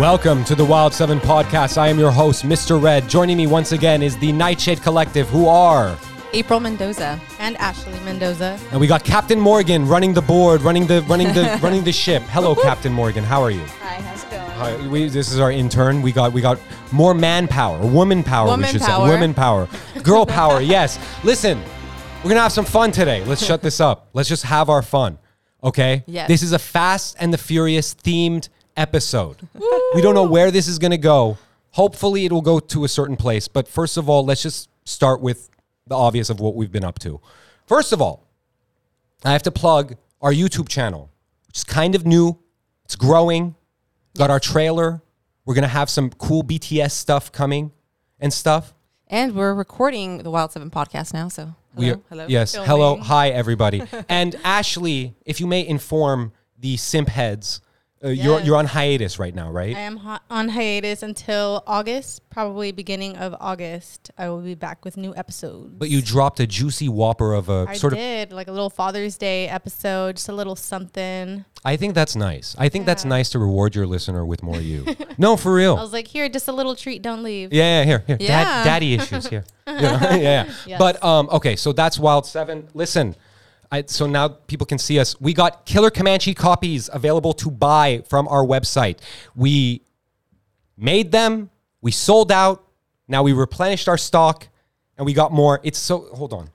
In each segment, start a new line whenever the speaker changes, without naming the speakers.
Welcome to the Wild 7 podcast. I am your host, Mr. Red. Joining me once again is the Nightshade Collective, who are.
April Mendoza and Ashley Mendoza.
And we got Captain Morgan running the board, running the running the running the ship. Hello, Captain Morgan. How are you?
Hi, how's it going?
Hi, we, this is our intern. We got we got more manpower, woman power.
Woman
we should
power.
say woman power, girl power. Yes. Listen, we're gonna have some fun today. Let's shut this up. Let's just have our fun. Okay.
Yes.
This is a Fast and the Furious themed episode. we don't know where this is gonna go. Hopefully, it will go to a certain place. But first of all, let's just start with the obvious of what we've been up to. First of all, I have to plug our YouTube channel, which is kind of new. It's growing. Got our trailer. We're gonna have some cool BTS stuff coming and stuff.
And we're recording the Wild 7 podcast now, so hello. hello.
Yes. Hello. Hi, everybody. and Ashley, if you may inform the simp heads, uh, you're
Yes.
you're on hiatus right now, right?
I am hi- on hiatus until August, probably beginning of August. I will be back with new episodes.
but you dropped a juicy whopper of a
I
sort of.
did like a little Father's Day episode, just a little something.
I think that's nice. I think that's nice to reward your listener with more you. no, for real.
I was like, here, just a little treat. Don't leave.
Yeah, yeah, here, here. Dad,
Yeah.
daddy issues here. You know, yeah, yeah. But um, okay, so that's Wild Seven. Listen, I, so now people can see us. We got Killer Comanche copies available to buy from our website. We made them. We sold out. Now we replenished our stock, and we got more. It's so. Hold on.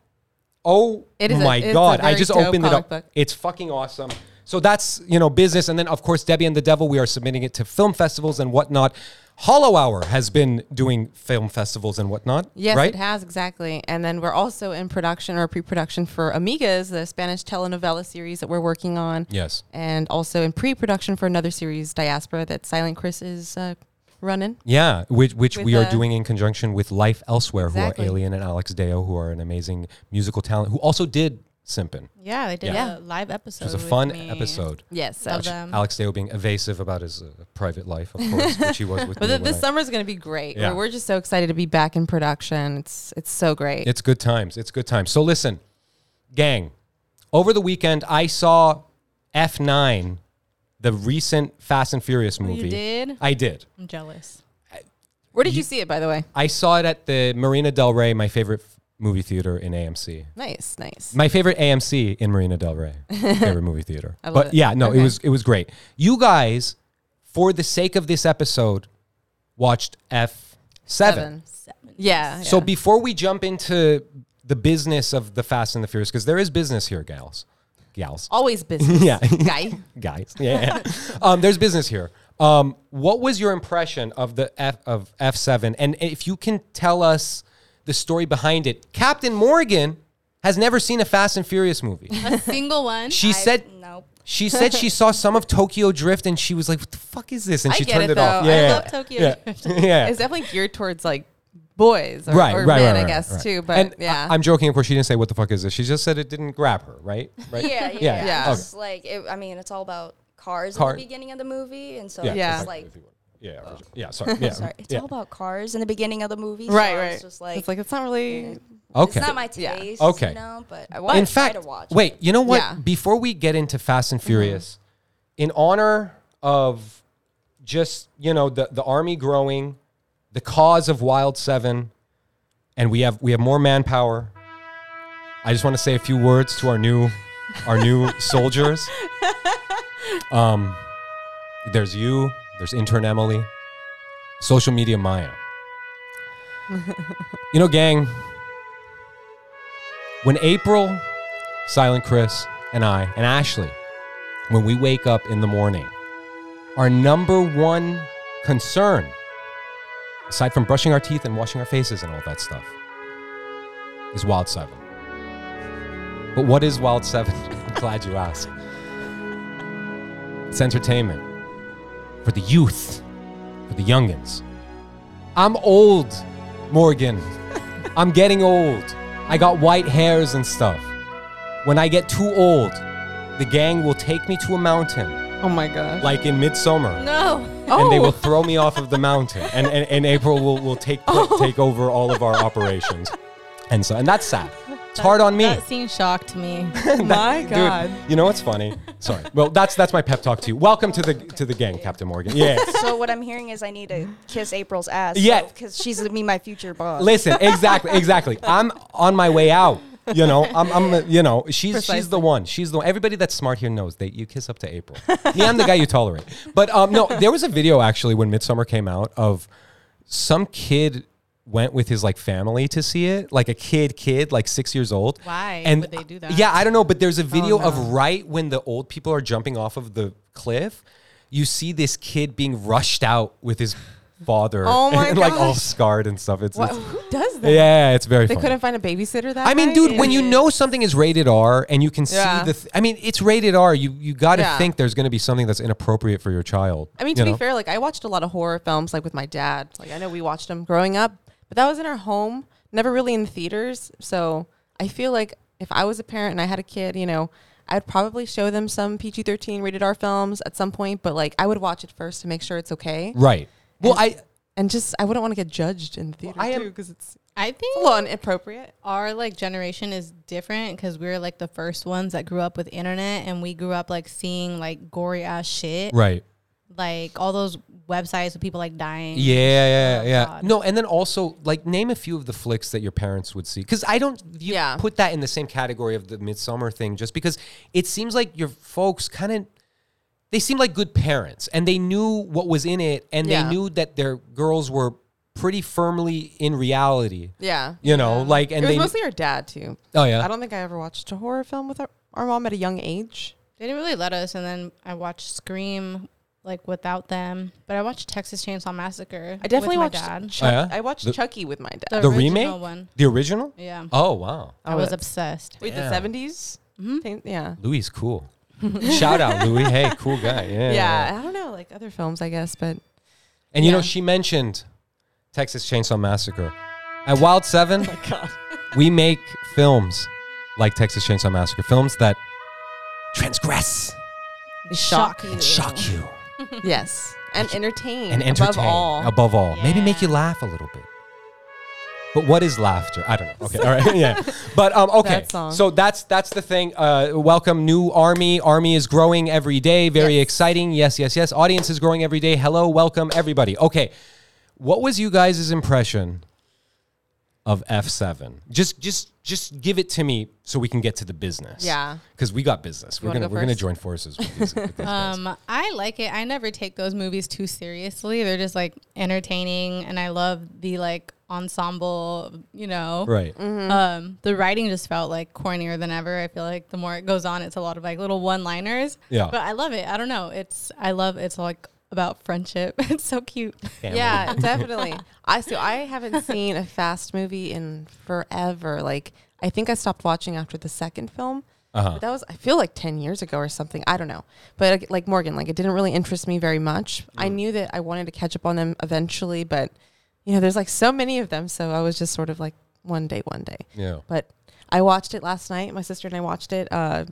Oh
It is a-
my
it's a
God! I
very
just
dope
opened it
comic
up.
book.
It's fucking awesome. So that's you know business, and then of course Debbie and the Devil. We are submitting it to film festivals and whatnot. Hollow Hour has been doing film festivals and whatnot.
Yes,
right?
it has exactly. And then we're also in production or pre-production for Amigas, the Spanish telenovela series that we're working on.
Yes.
And also in pre-production for another series, Diaspora, that Silent Chris is uh, running.
Yeah, which which
With
we are
a-
doing in conjunction with Life Elsewhere,
Exactly.
who are Alien and Alex Deo, who are an amazing musical talent, who also did Simpin.
Yeah, they did
Yeah.
a live episode.
It was a
with
fun
me.
episode.
Yes. So.
Love that. Um,
Alex Deo being evasive about his uh, private life, of course, which he was with
But
me
th-
when
this
I-
summer is going to be great.
Yeah.
We're, we're just so excited to be back in production. It's it's so great.
It's good times. It's good times. So listen, gang, over the weekend I saw F9, the recent Fast and Furious
Oh,
movie.
Oh, did?
I did.
I'm jealous.
Where did you, see it, by the way?
I saw it at the Marina Del Rey, my favorite f- movie theater in AMC.
Nice, nice.
My favorite AMC in Marina Del Rey, favorite movie theater.
I love
but
it.
yeah, no, it
Okay.
was it was great. You guys, for the sake of this episode, watched F seven.
Yeah.
So
yeah.
before we jump into the business of the Fast and the Furious, because there is business here, gals, gals,
always business.
Yeah.
Guy.
guys. Yeah, um, there's business here. Um, what was your impression of the F of F seven? And if you can tell us the story behind it, Captain Morgan has never seen a Fast and Furious movie.
A single one.
She said-
nope.
She said she saw some of Tokyo Drift and she was like, "What the fuck is this?" And
I
she
get
turned it,
it,
off.
though. I
Yeah,
love Tokyo
yeah. yeah.
It's definitely geared towards like boys or,
Right,
or
right, right,
men,
right,
I guess,
right.
too. But
And
yeah.
I, am joking, of course. She didn't say what the fuck is this. She just said it didn't grab her, right? Right?
Yeah, yeah.
Yeah,
yeah.
yeah.
It's like it, I mean, it's all about cars
Car-
in the beginning of the movie, and so
Yeah.
it's
Yeah.
just like
If you want. Oh. yeah, original. yeah. Sorry, yeah.
sorry, it's
yeah.
all about cars in the beginning of the movie. so
right,
I was
right.
just like,
it's like it's not really.
okay.
it's not my
Yeah.
taste.
Okay.
you know, but I
In
want to try
fact,
to watch.
wait. You know what?
Yeah.
Before we get into Fast and Furious, in honor of just you know the the army growing, the cause of Wild Seven, and we have we have more manpower. I just want to say a few words to our new our new soldiers. Um, there's you. There's intern Emily. Social media Maya. you know, gang. When April, Silent Chris, and I, and Ashley, when we wake up in the morning, our number one concern, aside from brushing our teeth and washing our faces and all that stuff, is Wild Seven. But what is Wild Seven? I'm glad you asked. It's entertainment for the youth, for the youngins. I'm old, Morgan. I'm getting old. I got white hairs and stuff. When I get too old, the gang will take me to a mountain,
Oh my gosh.
like in midsummer,
No.
and they
Oh.
will throw me off of the mountain. And, and, and April will, will take
Oh.
take over all of our operations. And so and that's sad. It's hard on me.
That seemed shocked to me.
my
Dude,
god.
you know what's funny? Sorry. Well, that's that's my pep talk to you. Welcome to the to the gang, Captain Morgan. Yeah.
So what I'm hearing is I need to kiss April's ass.
Yeah.
Because she's gonna be my future boss.
Listen, exactly, exactly. I'm on my way out. You know, I'm, I'm you know, she's she's the one. She's the one. Everybody that's smart here knows that you kiss up to April. Me, I'm the guy you tolerate. But um, no, there was a video actually when Midsummer came out of some kid went with his like family to see it, like a kid, kid, like six years old.
Why would they do that? Oh,
Yeah, I don't know, but there's a video
no.
of right when the old people are jumping off of the cliff, you see this kid being rushed out with his father
Oh my
and like all
gosh.
scarred and stuff. It's,
What,
it's-
who does that?
yeah, it's very.
They
funny.
couldn't find a babysitter that
I mean,
night?
dude, when you know something is rated R and you can
Yeah.
see the, th- I mean, it's rated R. You you got to
Yeah.
think there's going to be something that's inappropriate for your child.
I mean,
you
to be
know?
fair, like I watched a lot of horror films, like with my dad. Like I know we watched them growing up, but that was in our home, never really in the theaters. So I feel like if I was a parent and I had a kid, you know, I'd probably show them some PG thirteen rated R films at some point, but like I would watch it first to make sure it's okay,
right? Well, I
and just I wouldn't want to get judged in the theater
I am-
too because it's
I think
a little inappropriate.
our like generation is different because we were like the first ones that grew up with internet and we grew up like seeing like gory ass shit
right.
like all those websites with people like dying
Yeah, yeah,
Oh,
yeah.
God.
No, and then also like name a few of the flicks that your parents would see because I don't you
Yeah.
put that in the same category of the midsummer thing just because it seems like your folks kind of they seemed like good parents and they knew what was in it and
Yeah.
they knew that their girls were pretty firmly in reality.
Yeah,
You know, like and
it was
they
mostly our dad too.
oh yeah
I don't think I ever watched a horror film with our, our mom at a young age.
they didn't really let us and then i watched scream like without them but i watched texas chainsaw massacre
I definitely
with
watched.
my dad
Chuck-
Oh, yeah?
I watched
The-
Chucky with my dad.
The
original
remake?
one
the original.
yeah
Oh wow,
i was obsessed
Wait,
Yeah.
the seventies? Yeah.
Louis is cool. Shout out Louis, hey cool guy. Yeah,
yeah. I don't know, like other films, I guess, but
And you know,
Yeah.
she mentioned Texas Chainsaw Massacre. At Wild Seven, we make films like Texas Chainsaw Massacre, films that transgress
shock.
and shock you
yes, and entertain,
and entertain
Mm, above all.
above all. Maybe make
Yeah.
you laugh a little bit. But what is laughter? I don't know. Okay, all right, yeah. But um, okay,
That song.
so that's that's the thing. Uh, welcome, new army. Army is growing every day. Very exciting. Yes, yes, yes. Audience is growing every day. Hello, welcome everybody. Okay, what was you guys' impression of F seven? Just just just give it to me so we can get to the business.
Yeah.
because we got business.
You
we're
wanna
gonna
go
we're gonna
first?
join forces. With these, with these guys.
Um, I like it. I never take those movies too seriously. They're just like entertaining, and I love the like ensemble. You know,
Right.
mm-hmm.
um, the writing just felt like cornier than ever. I feel like the more it goes on, it's a lot of like little one-liners.
Yeah.
but I love it. I don't know. It's I love it's like about friendship. it's so cute.
Family.
Yeah, definitely. I so I haven't seen a fast movie in forever. Like I think I stopped watching after the second film.
Uh-huh.
But that was I feel like 10 years ago or something. I don't know. But like, like Morgan, like it didn't really interest me very much.
Mm.
I knew that I wanted to catch up on them eventually, but you know, there's like so many of them, so I was just sort of like one day, one day.
Yeah.
But I watched it last night. My sister and I watched it uh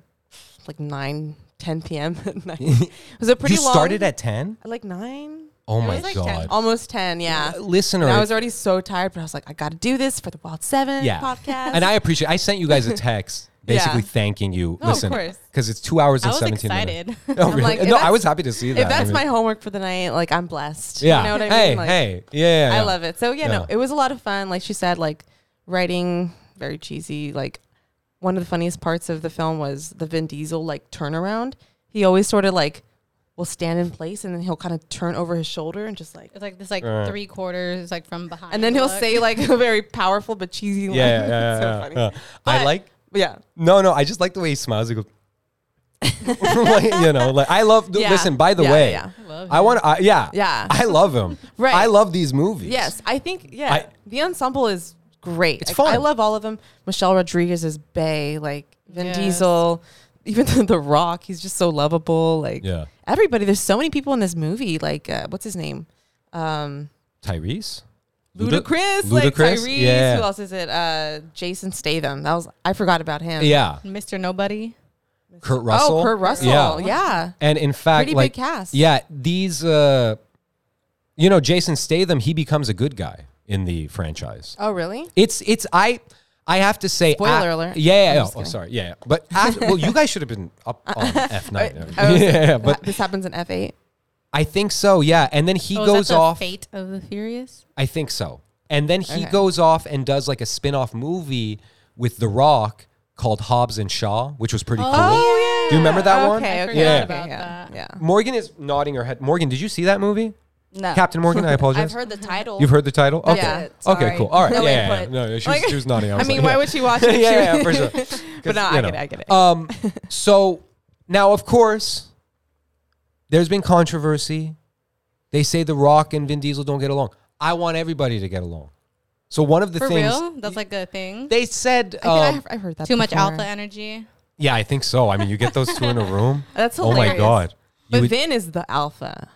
like 9 10 p.m. at night. It was a pretty
you
long
started at ten.
like 9
Oh
It
my
was like 10.
god.
almost 10 yeah
Uh, listener.
and I was already so tired, but I was like, I got to do this for the Wild Seven
yeah.
podcast.
And I appreciate I sent you guys a text basically
Yeah.
thanking you.
Oh, of
Listen,
course.
Because it's two hours
I
and
was
17 minutes.
excited.
Oh, really?
like, if
no, I
that's-
was happy to see that.
if that's
I mean,
my homework for the night, like I'm blessed.
yeah.
You know what I
hey,
mean? Like,
hey. Yeah, yeah,
I
yeah.
love it. So yeah,
Yeah.
no, it was a lot of fun. Like she said, like writing very cheesy. Like one of the funniest parts of the film was the Vin Diesel like turnaround. He always sort of like will stand in place and then he'll kind of turn over his shoulder and just like,
it's like this like
Right.
three quarters like from behind,
and then he'll
look.
say like a very powerful but cheesy line.
Yeah, yeah, yeah,
it's so
yeah,
funny.
yeah. I
But-
like
But yeah.
No, no, I just like the way he smiles. He goes like, you know, like I love
Yeah.
listen, by the
Yeah,
way.
yeah,
I love
I want I, yeah.
Yeah.
I love him.
Right.
I love these movies.
Yes, I think yeah.
I-
the ensemble is great.
It's
Like,
fun.
I love all of them. Michelle Rodriguez is Bay, like Vin
Yes.
Diesel, even the, the Rock. He's just so lovable. Like
Yeah.
everybody. There's so many people in this movie. Like uh, what's his name? Um,
Tyrese? Luda-
Ludacris, like
Ludacris?
Tyrese.
Yeah.
Who else is it? Uh, Jason Statham. That was I forgot about him.
Yeah.
Mr. Nobody.
Kurt Russell.
Oh, Kurt Russell.
Yeah.
Yeah.
And in fact,
Pretty big
like,
cast.
Yeah, these, uh, you know, Jason Statham, he becomes a good guy in the franchise.
Oh, really?
It's it's I I have to say,
Spoiler
ac-
alert.
Yeah, yeah,
I'm
yeah.
just
Oh,
kidding.
sorry. Yeah, yeah. but ac- well, you guys should have been up on F nine.
I
yeah,
was-
yeah, but
this happens in F8.
I think so. Yeah, and then he
Oh, is that
goes
the
off.
Fate of the Furious.
I think so. And then he
Okay.
goes off and does like a spin-off movie with The Rock called Hobbs and Shaw, which was pretty cool.
yeah.
Oh, Do you remember that one?
Okay,
I
okay.
forgot
Yeah.
about
yeah.
that.
yeah.
Morgan is nodding her head. Morgan, did you see that movie?
No.
Captain Morgan, I apologize.
I've heard the title.
You've heard the title? Okay.
Yeah,
okay,
sorry.
cool. All right.
No
yeah, yeah, yeah.
input.
No, yeah, she, was, she was nodding. I,
I
was
mean,
like,
why
yeah.
would she watch it? if
yeah,
she
yeah,
was-
for sure.
but
'Cause,
no, I
you
get it.
know.
I get it.
Um, so now, of course, there's been controversy. They say The Rock and Vin Diesel don't get along. I want everybody to get along. So one of the
For
things
real? That's like a thing.
they said,
I think
um,
I've, I've heard that
Too much
before.
alpha energy.
yeah, I think so. I mean, you get those two in a room.
That's
oh my
hilarious.
god!
But
You would-
Vin is the alpha.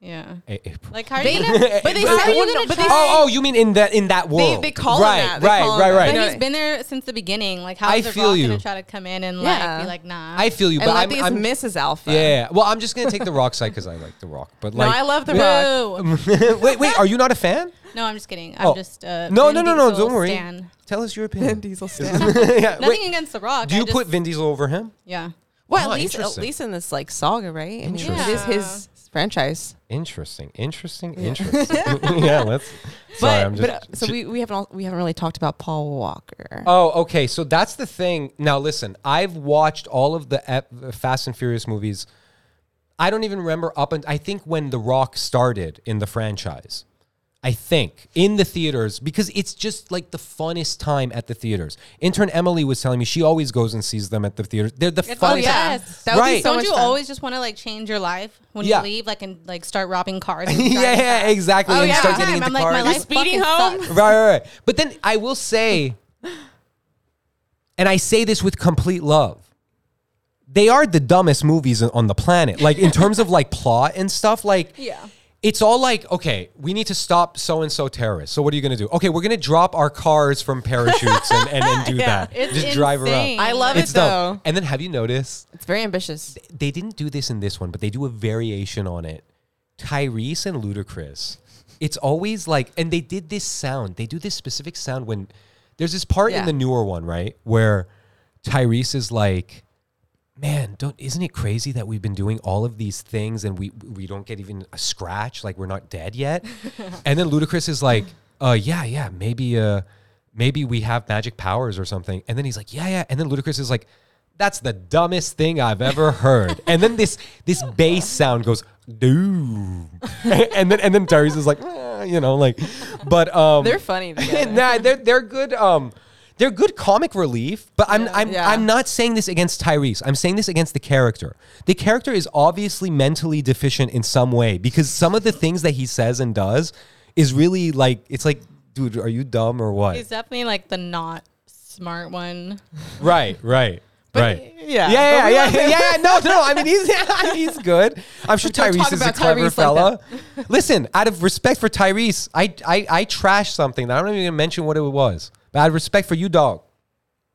Yeah.
Eh, eh, pr-
Like how are
They-
you gonna,
but they
how
said-
are you
well,
gonna
no, but they
try-
Oh, oh, you mean in that in that world?
they call him
right,
that. They
right,
call him
right,
that.
right.
But
No.
he's been there since the beginning. Like how
I
is the
feel
Rock
you.
gonna try to come in and
Yeah.
like be like, nah.
I feel you, but
and
I'm,
Lethie's
I'm
Mrs. Alpha.
yeah. Well, I'm just gonna take the rock side because I like the rock. But
No,
like,
I love the rock.
Boo.
wait, wait, are you not a fan?
No, I'm just kidding.
Oh.
I'm just uh,
No,
Vin
no, no, no.
Diesel
Don't worry.
stan.
Tell us your opinion.
Diesel
yeah,
Nothing
wait,
against The Rock.
do
I
you
just-
put Vin Diesel over him?
Yeah.
Well,
Oh,
at least at
interesting.
least in this like saga, right? I mean, it is
Interesting.
his franchise.
Interesting, interesting, interesting. yeah, let's. Sorry,
but
I'm just.
but uh, so we, we haven't all, we haven't really talked about Paul Walker.
oh, okay. So that's the thing. Now, listen, I've watched all of the ep- Fast and Furious movies. I don't even remember up and I think when The Rock started in the franchise. I think in the theaters because it's just like the funnest time at the theaters. Intern Emily was telling me she always goes and sees them at the theaters. They're the funnest.
Oh
Funny
yeah,
time. That would be
Right. so
Don't
much
you
fun.
always just want to like change your life when
Yeah.
you leave, like and like start robbing cars? And
yeah,
driving
yeah,
fast?
exactly.
Oh,
and
yeah,
you start
every
getting into
time. I'm like,
cars.
my life
speeding
fucking
home?
sucks.
right, right, right. But then I will say, and I say this with complete love. They are the dumbest movies on the planet. Like in terms of like plot and stuff. Like,
Yeah.
it's all like, okay, we need to stop so and so terrorists. So what are you gonna do? Okay, we're gonna drop our cars from parachutes and, and, and do
Yeah.
that.
It's
Just drive
insane.
around.
I love
It's
it though.
dumb. And then have you noticed
It's very ambitious.
they didn't do this in this one, but they do a variation on it. Tyrese and Ludacris. It's always like, and they did this sound. They do this specific sound when there's this part in
Yeah.
the newer one, right, where Tyrese is like, "Man, don't isn't it crazy that we've been doing all of these things and we we don't get even a scratch? Like we're not dead yet." and then Ludacris is like, "Uh, yeah, yeah, maybe uh." Maybe we have magic powers or something. And then he's like, yeah, yeah. And then Ludacris is like, that's the dumbest thing I've ever heard. And then this this bass sound goes doom, and then and then Tyrese is like, "Ah," you know, like, but um,
They're funny. together.
nah, they're they're good. Um, they're good comic relief. But I'm I'm
Yeah.
I'm not saying this against Tyrese. I'm saying this against the character. The character is obviously mentally deficient in some way because some of the things that he says and does is really like it's like, dude, are you dumb or what?
He's definitely like the not smart one.
right, right. right. Yeah,
Yeah.
yeah, yeah, yeah, yeah, No, no. I mean, he's he's good. I'm sure
Don't talk
Tyrese is a
about
clever
Tyrese like
fella. Listen, out of respect for Tyrese, I I I trashed something that I'm not even gonna mention what it was. But out of respect for you, dog,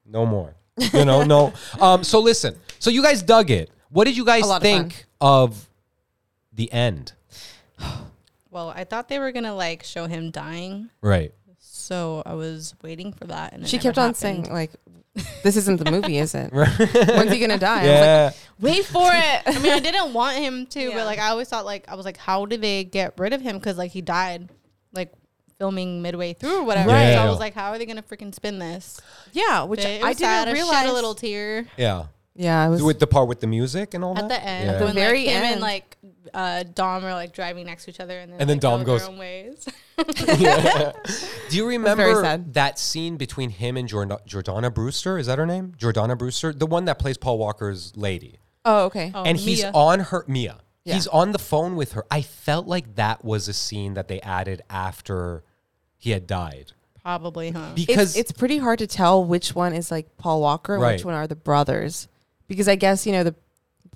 no more. You know, no. Um. So listen. So you guys dug it. What did you guys
lot of
think of the end?
Well, I thought they were gonna like show him dying,
Right.
so I was waiting for that. And it
She
never
kept on
happened.
saying like, "This isn't the movie, is it? When's he gonna die?" I was like,
Yeah.
"Wait for it."
I mean, I didn't want him to,
Yeah.
but like I always thought, like I was like, how did they get rid of him? Because like he died, like filming midway through or whatever.
Right.
So
Yeah.
I was like, how are they gonna freaking spin this?
Yeah, which
They- it
I
was
didn't
sad.
realize.
I shed a little tear
Yeah.
Yeah, I was.
With the part with the music and all
at
that.
the end
Yeah.
when
very
like, him
end.
and like uh, Dom are like driving next to each other, and then
And then
like,
Dom
go
goes-
their own ways.
Do you
very
remember
sad.
that scene between him and Jord- Jordana Brewster? Is that her name? Jordana Brewster, the one that plays Paul Walker's lady.
oh, okay.
Oh,
and he's
Mia.
on her Mia.
Yeah.
He's on the phone with her. I felt like that was a scene that they added after he had died.
probably, huh?
Because
it's, it's pretty hard to tell which one is like Paul Walker and
Right.
which one are the brothers, because I guess you know the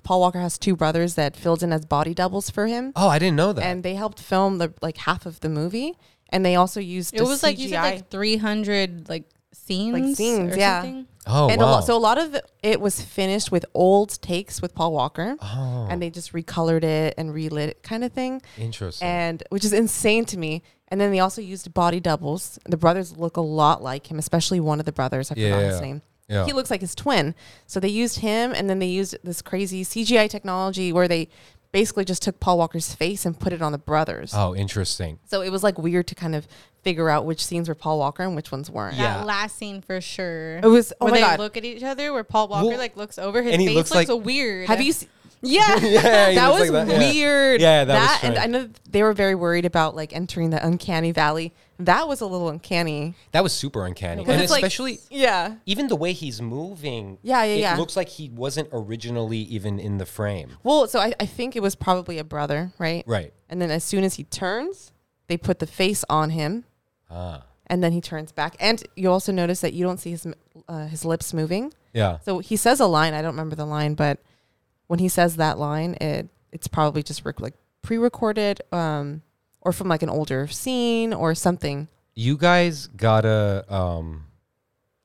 Paul Walker has two brothers that filled in as body doubles for him,
Oh, I didn't know that.
and they helped film the like half of the movie, and they also used
it
the
was like you said,
CGI.
like three hundred like scenes,
scenes,
or
yeah.
Something.
Oh,
and a
wow.
lot, so a lot of it was finished with old takes with Paul Walker,
Oh.
and they just recolored it and relit it, kind of thing,
Interesting.
and which is insane to me. And then they also used body doubles. The brothers look a lot like him, especially one of the brothers. I forgot
Yeah.
his name.
Yeah.
He looks like his twin. So they used him, and then they used this crazy CGI technology where they basically just took Paul Walker's face and put it on the brothers.
oh, interesting.
So it was like weird to kind of figure out which scenes were Paul Walker and which ones weren't.
Yeah.
That last scene for sure.
It was- oh
where
my
they
God.
look at each other, where Paul Walker
Well,
like looks over his
and he
face
looks
looks,
like-
weird.
Have you? Se-
Yeah.
Yeah, he
that
looks
was
like that, yeah.
weird.
Yeah, that was
and
strange.
I know they were very worried about like entering the uncanny valley. That was a little uncanny.
That was super uncanny,
'Cause
and
it's like-
especially
Yeah.
even the way he's moving.
Yeah, yeah,
it
yeah.
looks like he wasn't originally even in the frame.
Well, so I, I think it was probably a brother, right?
Right.
And then as soon as he turns, they put the face on him,
Ah.
and then he turns back. And you also notice that you don't see his m- uh, his lips moving.
Yeah.
So he says a line. I don't remember the line, but when he says that line, it it's probably just rec- like pre-recorded, um, or from like an older scene or something.
You guys gotta um,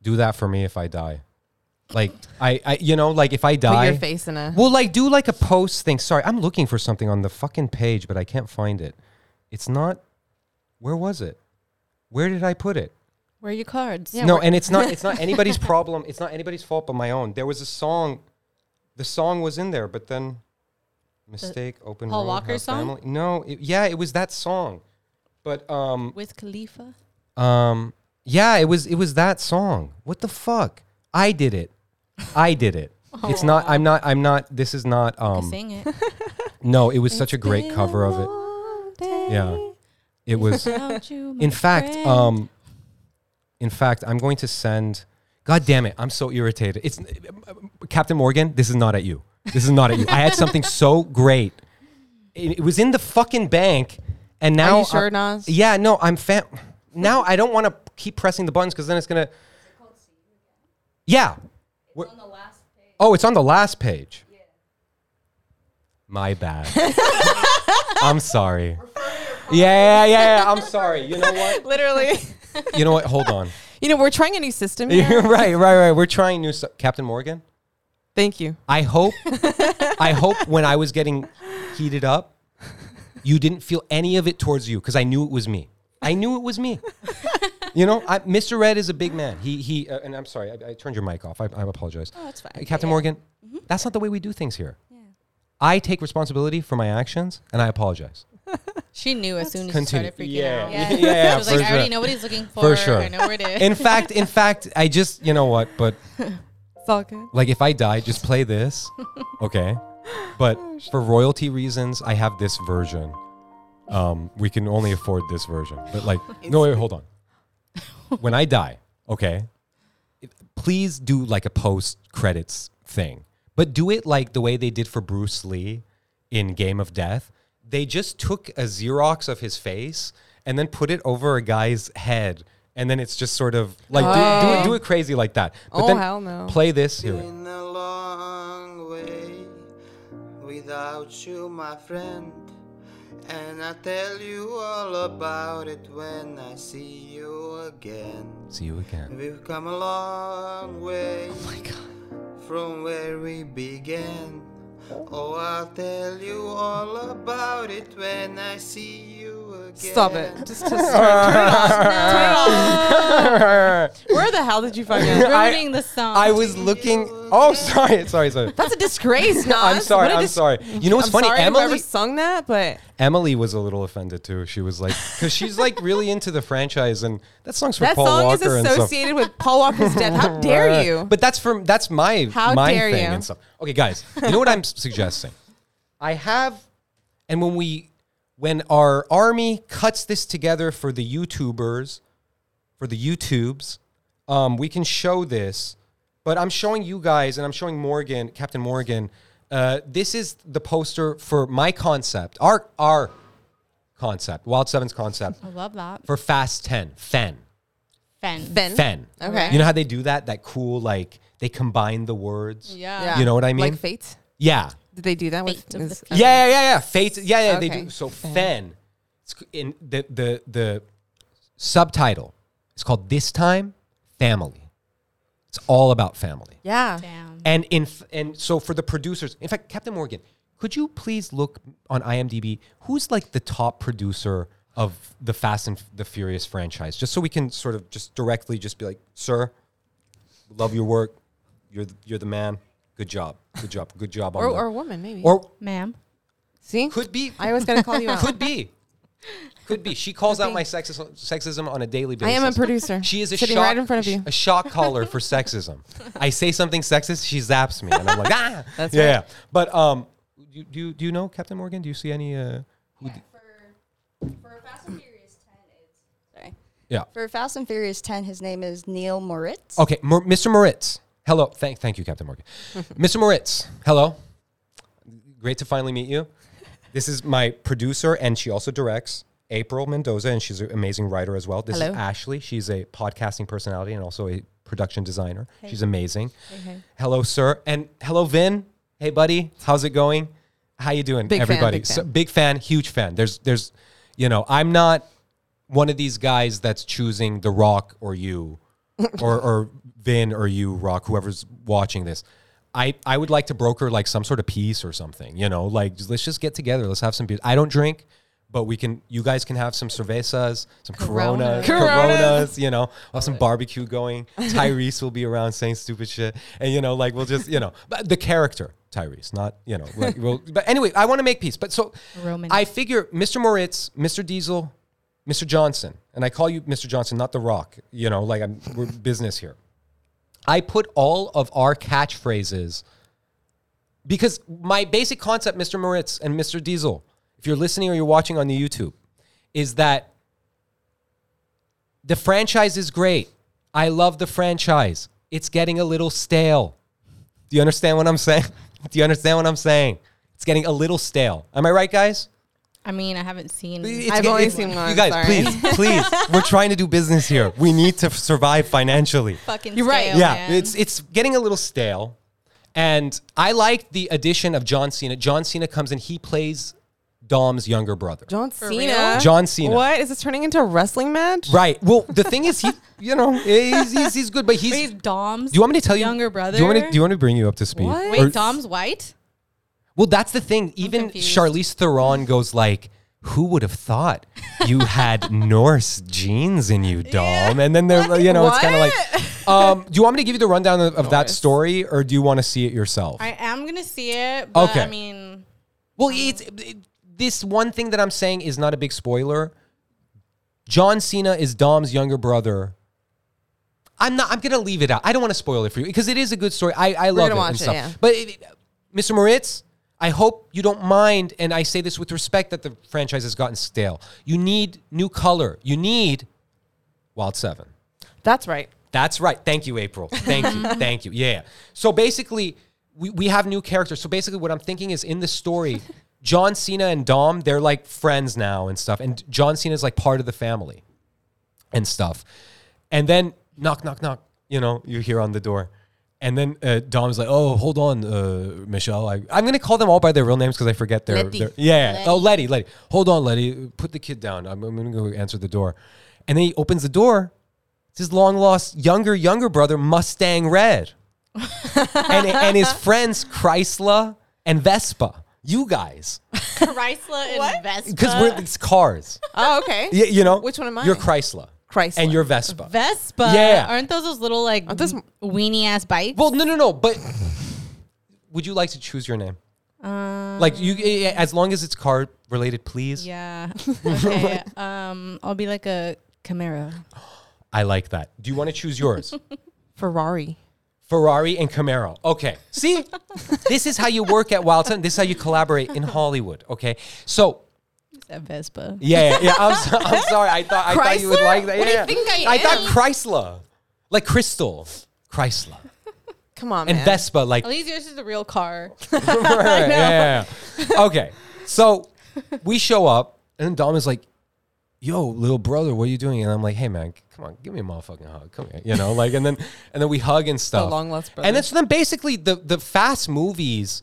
do that for me if I die. Like I, I, you know, like if I
Put
die,
your face in a.
Well, like do like a post thing. Sorry, I'm looking for something on the fucking page, but I can't find it. It's not. Where was it? Where did I put it?
Where are your cards?
Yeah,
no,
where-
and it's not. It's not anybody's problem. It's not anybody's fault but my own. There was a song. The song was in there, but then mistake. open.
Paul
road,
Walker
have
song?
family. No. It, yeah, it was that song. But um
With Khalifa.
um yeah, it was it was that song. What the fuck? I did it. I did it. It's not. I'm not. I'm not. This is not.
You
Um.
sing it.
No, it was such a great cover of it. Yeah. It was
Without you, my
in fact,
friend.
um in fact, I'm going to send God damn it, I'm so irritated. It's Captain Morgan, this is not at you. This is not at you. I had something so great. It, it was in the fucking bank and now
Are you sure,
I'm-
Nas?
Yeah, no, I'm fam- now I don't want to keep pressing the buttons cuz then it's going to Yeah. We're- Oh, it's on the last page. My bad. I'm sorry. Yeah, yeah, yeah, yeah. I'm sorry. You know what?
Literally.
You know what? Hold on.
you know, we're trying a new system
You're
here.
right, right, right. We're trying new stuff. Captain Morgan.
Thank you.
I hope, I hope when I was getting heated up, you didn't feel any of it towards you because I knew it was me. I knew it was me. you know, I, Mr. Red is a big man. He he, uh, and I'm sorry, I, I turned your mic off. I, I apologize.
Oh, it's fine.
Uh, Captain Morgan, that's not the way we do things here. I take responsibility for my actions and I apologize.
she knew as soon as
Continue.
she started freaking
Yeah.
out.
Yeah, yeah,
She was like,
for
I already
sure.
know what he's looking for.
For sure.
I know where it is.
In fact, in fact, I just you know what, but
It's all good.
like if I die, just play this, okay? But
Oh,
for royalty reasons, I have this version. Um, we can only afford this version. But like, no wait, hold on. When I die, okay, if- please do like a post credits thing, but do it like the way they did for Bruce Lee in Game of Death. They just took a Xerox of his face and then put it over a guy's head. And then it's just sort of like do, do it do it crazy like that. But
Oh,
then
hell no.
play this here.
been a long way without you, my friend. And I tell you all about it when I see you again.
See you again.
We've come a long way from where we began. Oh, I'll tell you all about it when I see you again.
Stop it. Just, just turn, turn it off. Turn it off. Where the hell did you find it?
Ruining the song.
I was looking. Oh, sorry, sorry, sorry.
That's a disgrace, Nas.
I'm sorry.
What a
I'm
dis-
sorry. You know what's
I'm
funny?
sorry
Emily.
If I ever sung that, but
Emily was a little offended too. She was like, because she's like really into the franchise, and that song's for
that
Paul
song
Walker
is
and stuff.
associated with Paul Walker's death. How dare
Right.
you?
Uh, But that's from that's my
How
my
dare
thing
you.
and stuff. Okay, guys, you know what I'm s- suggesting? I have, and when we when our army cuts this together for the YouTubers, for the YouTubes, um, we can show this. But I'm showing you guys, and I'm showing Morgan, Captain Morgan. Uh, this is the poster for my concept, our our concept, Wild Seven's concept
I love that.
for Fast Ten, Fen.
Fen.
Fen.
Fen.
Okay.
You know how they do that? That cool, like they combine the words.
Yeah.
You know what I mean?
Like fate.
Yeah.
Did they do that
Fate
with?
of the
is-
Fate.
Yeah, yeah, yeah, yeah. Fate. Yeah, yeah. They
Okay.
do. So Fen. It's c- in the the the subtitle. It's called This Time Family. It's It's all about family.
Yeah.
Damn.
And in f- and so for the producers, in fact, Captain Morgan, could you please look on IMDb who's like the top producer of the Fast and F- the Furious franchise, just so we can sort of just directly just be like, sir, love your work, you're the, you're the man. Good job, good job, good job on
Or,
that.
or a woman, maybe.
or
Ma'am.
See?
could be
I always got to call you out.
could be could be. She calls out my sexism, sexism on a daily
I
basis.
am a producer.
She is a
sitting
shock,
right in front of you.
A shock caller for sexism. I say something sexist, she zaps me, and I'm like, ah,
That's
yeah.
right.
yeah. But um, do, do you- do you know Captain Morgan? Do you see any? Uh, who d-
For, for Fast and Furious 10, it's. Sorry.
yeah.
For Fast and Furious 10, his name is Neil Moritz.
Okay, Mor- Mr. Moritz. Hello. Thank thank you, Captain Morgan. Mr. Moritz. Hello. Great to finally meet you. This is my producer, and she also directs. April Mendoza, and she's an amazing writer as well. This
Hello.
is Ashley. She's a podcasting personality and also a production designer. She's amazing. Hello, sir, and hello, Vin. Hey, buddy, how's it going? How you doing,
Big fan,
everybody?
big fan.
big fan, huge fan. There's, there's, you know, I'm not one of these guys that's choosing The Rock or you, or or Vin or you, Rock, whoever's watching this. I, I would like to broker like some sort of peace or something, you know, like just- let's just get together, let's have some beer. I don't drink, but we can. You guys can have some cervezas, some Corona,
Coronas.
Coronas, you know, have some barbecue going. Tyrese will be around saying stupid shit, and you know, like we'll just, you know, but the character Tyrese, not you know, like, we'll, but anyway, I want to make peace. But so
Roman.
I figure Mr. Moritz, Mr. Diesel, Mr. Johnson, and I call you Mr. Johnson, not The Rock. You know, like I'm, we're business here. I put all of our catchphrases because my basic concept, Mr. Moritz and Mr. Diesel, if you're listening or you're watching on the YouTube, is that the franchise is great. I love the franchise. It's getting a little stale. Do you understand what I'm saying? Do you understand what I'm saying? It's getting a little stale. Am I right, guys?
I mean, I haven't seen.
It's
I've
get-
only
it's-
seen one,
You guys,
sorry.
please, please. We're trying to do business here. We need to f- survive financially.
fucking.
You're right.
stale,
yeah,
man.
it's it's getting a little stale. And I like the addition of John Cena. John Cena comes in. He plays Dom's younger brother.
John
real?
Cena.
John Cena.
What? Is this turning into a wrestling match?
Right. Well, the thing is, he, you know, he's, he's, he's good, but he's.
But he's Dom's.
do you want me to tell you?
younger brother?
Do you want me? To, do you want me to bring you up to speed?
What?
Wait,
Or-
Dom's white.
Well, that's the thing. Even
confused.
Charlize Theron goes like, "Who would have thought you had Norse genes in you, Dom?" And then they're, you know, it's kind of like, um, "Do you want me to give you the rundown of, of that story, or do you want to see it yourself?"
I am gonna see it. But
Okay.
I mean,
well, it's it, this one thing that I'm saying is not a big spoiler. John Cena is Dom's younger brother. I'm not. I'm gonna leave it out. I don't want to spoil it for you because it is a good story. I I love
gonna
it
watch
and
it,
stuff.
yeah.
But it, Mr. Moritz, I hope you don't mind, and I say this with respect that the franchise has gotten stale. You need new color. You need Wild Seven.
That's right.
That's right. Thank you, April. Thank you. Thank you. Yeah. So basically, we, we have new characters. So basically, what I'm thinking is in the story, John Cena and Dom, they're like friends now and stuff. And John Cena is like part of the family and stuff. And then knock, knock, knock. You know, you hear on the door. And then uh, Dom's like, oh, hold on, uh, Michelle. I, I'm going to call them all by their real names because I forget their.
Letty.
their- yeah. Oh, Letty, Letty. Hold on, Letty. Put the kid down. I'm, I'm going to go answer the door. And then he opens the door. It's his long lost younger, younger brother, Mustang Red. and, and his friends, Chrysler and Vespa. You guys.
Chrysler and Vespa.
Because we're these cars.
Oh, okay.
Y- you know?
Which one am I?
You're Chrysler.
Chrysler.
And you're Vespa.
Vespa.
Yeah.
Aren't those those little like
those-
weenie ass bikes?
well, no, no, no. But would you like to choose your name?
Um,
like, you, eh, eh, as long as it's car related, please.
yeah. Okay. um, I'll be like a Camaro.
I like that. Do you want to choose yours?
Ferrari.
Ferrari and Camaro. Okay. See, this is how you work at Wilton. This is how you collaborate in Hollywood. Okay. So
A Vespa.
Yeah, yeah, yeah. I'm, so, I'm sorry. I thought I thought you would
Chrysler?
like that.
What do you
yeah.
think I
thought
am?
Chrysler, like Crystal, Chrysler,
Come on,
and
man.
Vespa, like
At least yours is a real car.
Right, yeah, yeah. Okay, so we show up, and Dom is like, "Yo, little brother, what are you doing?" And I'm like, "Hey, man, c- come on, give me a motherfucking hug. Come here, you know." Like, and then and then we hug and stuff.
long lost
And
brother.
then so then basically the the fast movies.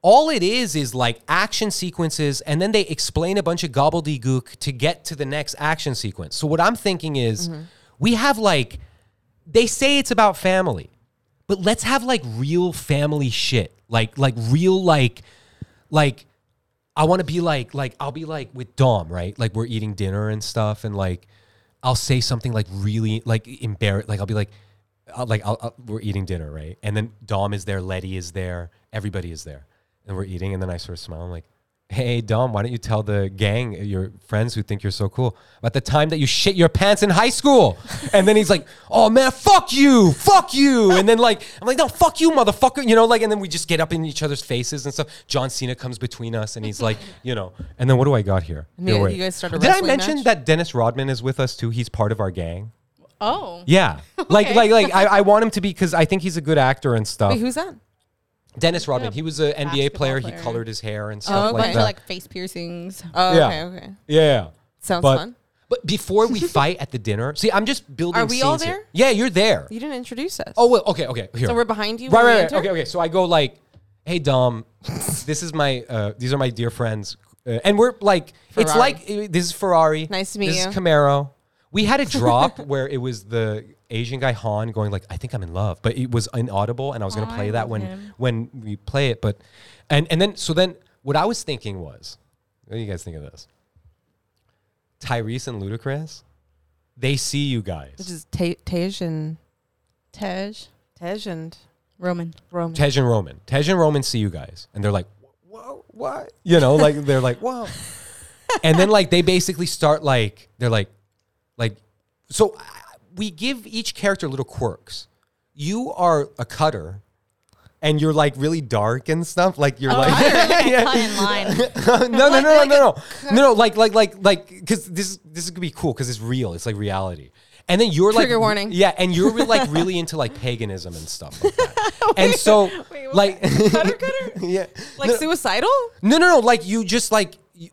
All it is is like action sequences, and then they explain a bunch of gobbledygook to get to the next action
Mm-hmm.
sequence. So, what I'm thinking is we have like, they say it's about family, but let's have like real family shit. Like like real like like I want to be like like I'll be like with Dom, right? Like we're eating dinner and stuff and like I'll say something like really like embarrassed like I'll be like I'll, like I'll, I'll- we're eating dinner, right? And then Dom is there, Letty is there, everybody is there. And we're eating and then I sort of smile I'm like Hey Dom, why don't you tell the gang, uh, your friends who think you're so cool, about the time that you shit your pants in high school? And then he's like, "Oh man, fuck you, fuck you!" And then like, I'm like, "No, fuck you, motherfucker!" You know, like, and then we just get up in each other's faces and stuff. John Cena comes between us, and he's like, you know. And then what do I got here?
And you-
Here, wait.
you guys start a
Did I
wrestling
mention
match?
that Dennis Rodman is with us too? He's part of our gang.
Oh.
Yeah, like, like, like, I, I want him to be because I think he's a good actor and stuff.
Wait, who's that?
Dennis Rodman,
Yeah,
he was an NBA player. He
player.
colored his hair and stuff
okay.
like
Bunch
that.
of like face piercings.
Oh,
Yeah.
okay, okay.
yeah.
Sounds
But-
fun.
But before we fight at the dinner, see, I'm just building.
Are we all
scenes here.
there?
Yeah, you're there.
You didn't introduce us.
Oh, well, okay, okay. Here.
so we're behind you.
right,
when we
right, right.
enter?
Okay, okay. So I go like, "Hey, Dom, this is my, uh, these are my dear friends, uh, and we're like, it's
Ferrari.
like uh, this is Ferrari.
Nice to meet
this
you.
Is Camaro. We had a drop where it was the Asian guy Han going like, "I think I'm in love," but it was inaudible, and I was going
Aw,
to
Oh,
I
play that
love
when
him.
when we play it, but and and then so then what I was thinking was, what do you guys think of this? Tyrese and Ludacris, they see you guys.
Which is Tej Tej and
Tej.
Tej and
Roman.
Roman.
Tej and Roman. Tej and Roman see you guys, and they're like, "Whoa, what?" You know, like they're like, "Whoa," and then like they basically start like they're like, like, so uh, we give each character little quirks. You are a cutter, and you're like really dark and stuff. Like
Oh,
you're like, Yeah.
Cut in line.
no, no, no, no, no, no, no,
uh,
no, like, like, like, like, because this, this could be cool because it's real. It's like reality. And then you're like,
Trigger warning.
Yeah, and you're re- like really into like paganism and stuff like that. and so,
wait, what?
like,
Cutter, cutter?
yeah,
Like suicidal?
no, no, no, like you just like you,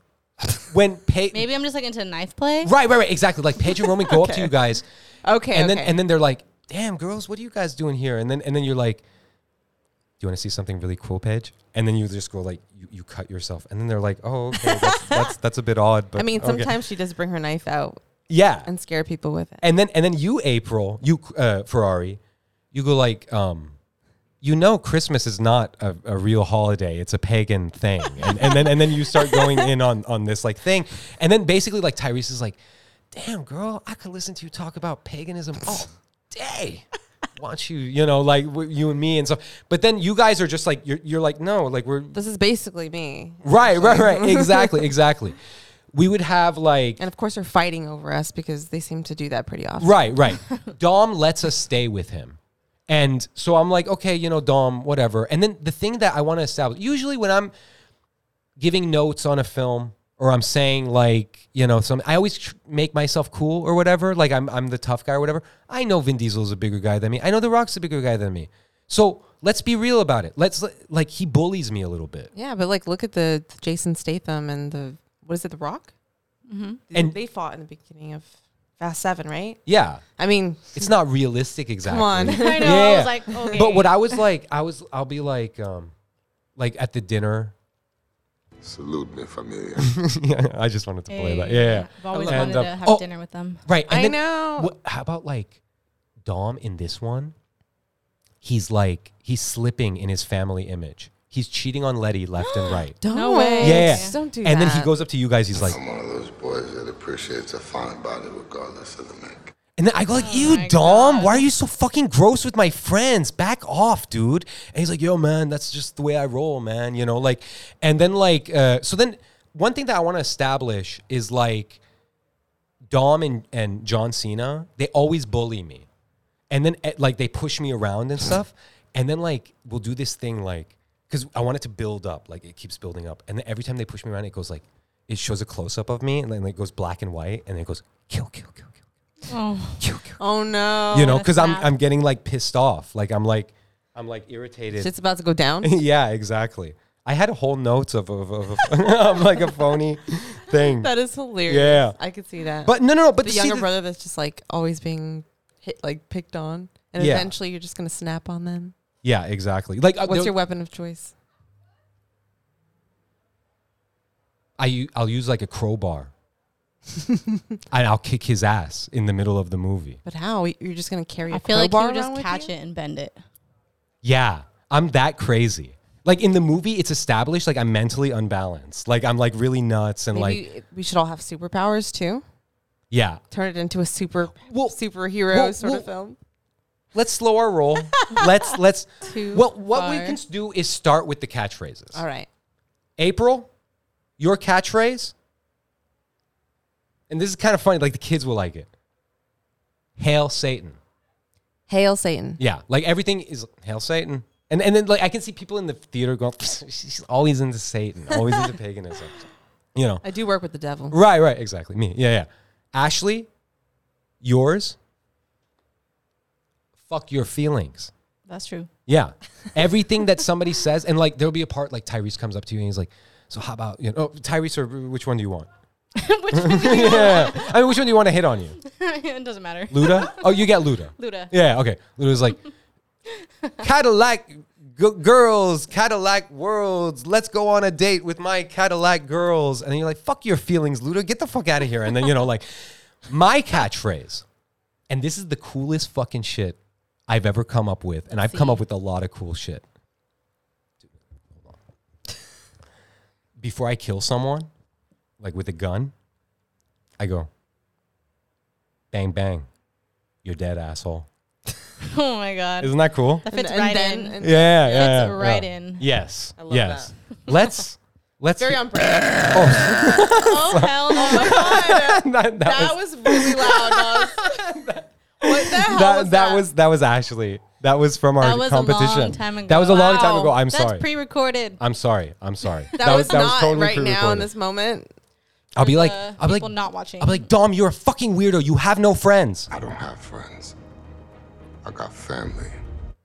when pay,
Maybe I'm just like into knife play.
right, right, right, exactly. Like Paige and Roman go up to you guys,
Okay.
and
okay.
then and then they're like, "Damn, girls, what are you guys doing here?" And then and then you're like, "Do you want to see something really cool, Paige?" And then you just go like, "You, you cut yourself." And then they're like, "Oh, okay, that's that's, that's a bit odd." But
I mean,
okay."
sometimes she does bring her knife out
yeah.
and scare people with it.
And then and then you, April, you uh, Ferrari, you go like, um, you know, Christmas is not a, a real holiday; it's a pagan thing. And, and then and then you start going in on on this like thing, and then basically like Tyrese is like, "Damn, girl, I could listen to you talk about paganism all day." Want you, you know, like w- you and me and stuff. But then you guys are just like you're, you're like no, like we're
This is basically me.
right, right, right, exactly, exactly. We would have like
And of course, they're fighting over us because they seem to do that pretty often.
Right, right. Dom lets us stay with him. And so I'm like, okay, you know, Dom, whatever. And then the thing that I want to establish, usually when I'm giving notes on a film or I'm saying like, you know, some I always tr- make myself cool or whatever, like I'm I'm the tough guy or whatever. I know Vin Diesel is a bigger guy than me. I know The Rock's a bigger guy than me. So, let's be real about it. Let's like he bullies me a little bit.
Yeah, but like, look at the Jason Statham and the what is it, The Rock? Mm-hmm.
And-
And they fought in the beginning of Fast Seven, right?
Yeah.
I mean,
It's not realistic exactly.
on.
I know. I
Yeah.
was like, okay.
But what I was like, I was I'll be like um like at the dinner
Salute me, familia.
yeah, I just wanted to play that.
Hey,
Yeah. yeah.
I've always
And,
wanted
uh,
to have
oh.
dinner with them.
Right.
I
then
know.
What, how about like Dom in this one? He's like, he's slipping in his family image. He's cheating on Letty left and right.
Don't.
No way.
Yeah.
Just Don't do
and then he
that.
goes up to you guys. He's like,
I'm one of those boys that appreciates a fine body regardless of the make.
and then I go like, ew, Dom, why are you so fucking gross with my friends? Back off, dude. And he's like, yo, man, that's just the way I roll, man. You know, like, and then like, uh, so then one thing that I want to establish is like, Dom and, and John Cena, they always bully me. And then eh, like they push me around and stuff. And then like we'll do this thing like because I want it to build up, like it keeps building up. And then every time they push me around, it goes like it shows a close up of me and then like, it goes black and white and then it goes kill, kill, kill, kill,
Oh.
kill, kill.
Oh no.
you know,
that's
because I'm
bad.
I'm getting like pissed off. Like I'm like I'm like irritated.
shit's about to go down.
yeah, exactly. I had whole notes of of, of, of I'm like a phony thing.
that is hilarious.
Yeah.
I could see that.
But no, no, no. But
the
see,
younger
the-
brother that's just like always being hit, like picked on, and
Yeah.
eventually you're just gonna snap on them.
Yeah, exactly. Like uh,
What's
there-
your weapon of choice?
I u- I'll use like a crowbar, and I'll kick his ass in the middle of the movie.
But how? You're just gonna carry a
I feel like he
crowbar
would
around
just
with
catch
you?
it and bend it.
Yeah, I'm that crazy. Like in the movie, it's established like I'm mentally unbalanced. Like I'm like really nuts and
Maybe
like
we should all have superpowers too.
yeah.
Turn it into a super
Well-
superhero
well,
sort
well-
of film.
Let's slow our roll. let's let's.
Too
Well, what we
far.
can do is start with the catchphrases.
All right.
April, your catchphrase. And this is kind of funny. Like the kids will like it. Hail Satan.
Hail Satan.
Yeah, like everything is hail Satan, and and then like I can see people in the theater going, she's always into Satan, always into paganism, you know.
I do work with the devil.
Right, right, exactly. Me, yeah, yeah. Ashley, yours. Fuck your feelings.
That's true.
Yeah, everything that somebody says, and like there'll be a part like Tyrese comes up to you and he's like, "So how about you know, oh, Tyrese or which one do you want?"
Which
yeah, I mean, which one do you want to hit on you,
it doesn't matter.
Luda? Oh, you get Luda.
Luda.
Yeah, okay. Luda's like, Cadillac g- girls, Cadillac worlds, let's go on a date with my Cadillac girls. And then you're like, fuck your feelings, Luda, get the fuck out of here. And then, you know, like, my catchphrase, and this is the coolest fucking shit I've ever come up with, and I've come up with a lot of cool shit. Before I kill someone, like with a gun, I go, bang, bang, you're dead, asshole.
Oh my god.
Isn't that cool?
That fits
And- and
right
then-
in.
and-
Yeah, yeah, yeah,
Fits right
yeah.
in.
Yes,
I love
yes. Let's let's
Very on brand.
Oh hell no.
that,
that,
that was
was, really loud. Nas. what the hell
that,
was
that was that was Ashley. That was from our
That was a long
competition.
time ago.
That was a long time
Wow.
ago. I'm
That's
sorry.
pre-recorded.
I'm sorry. I'm sorry.
That, was, not right now in
pre-recorded.
this moment.
I'll be like,
The
I'll be
uh, people
like,
not watching.
I'll be like, Dom, you're a fucking weirdo. You have no friends.
I don't have friends. I got family.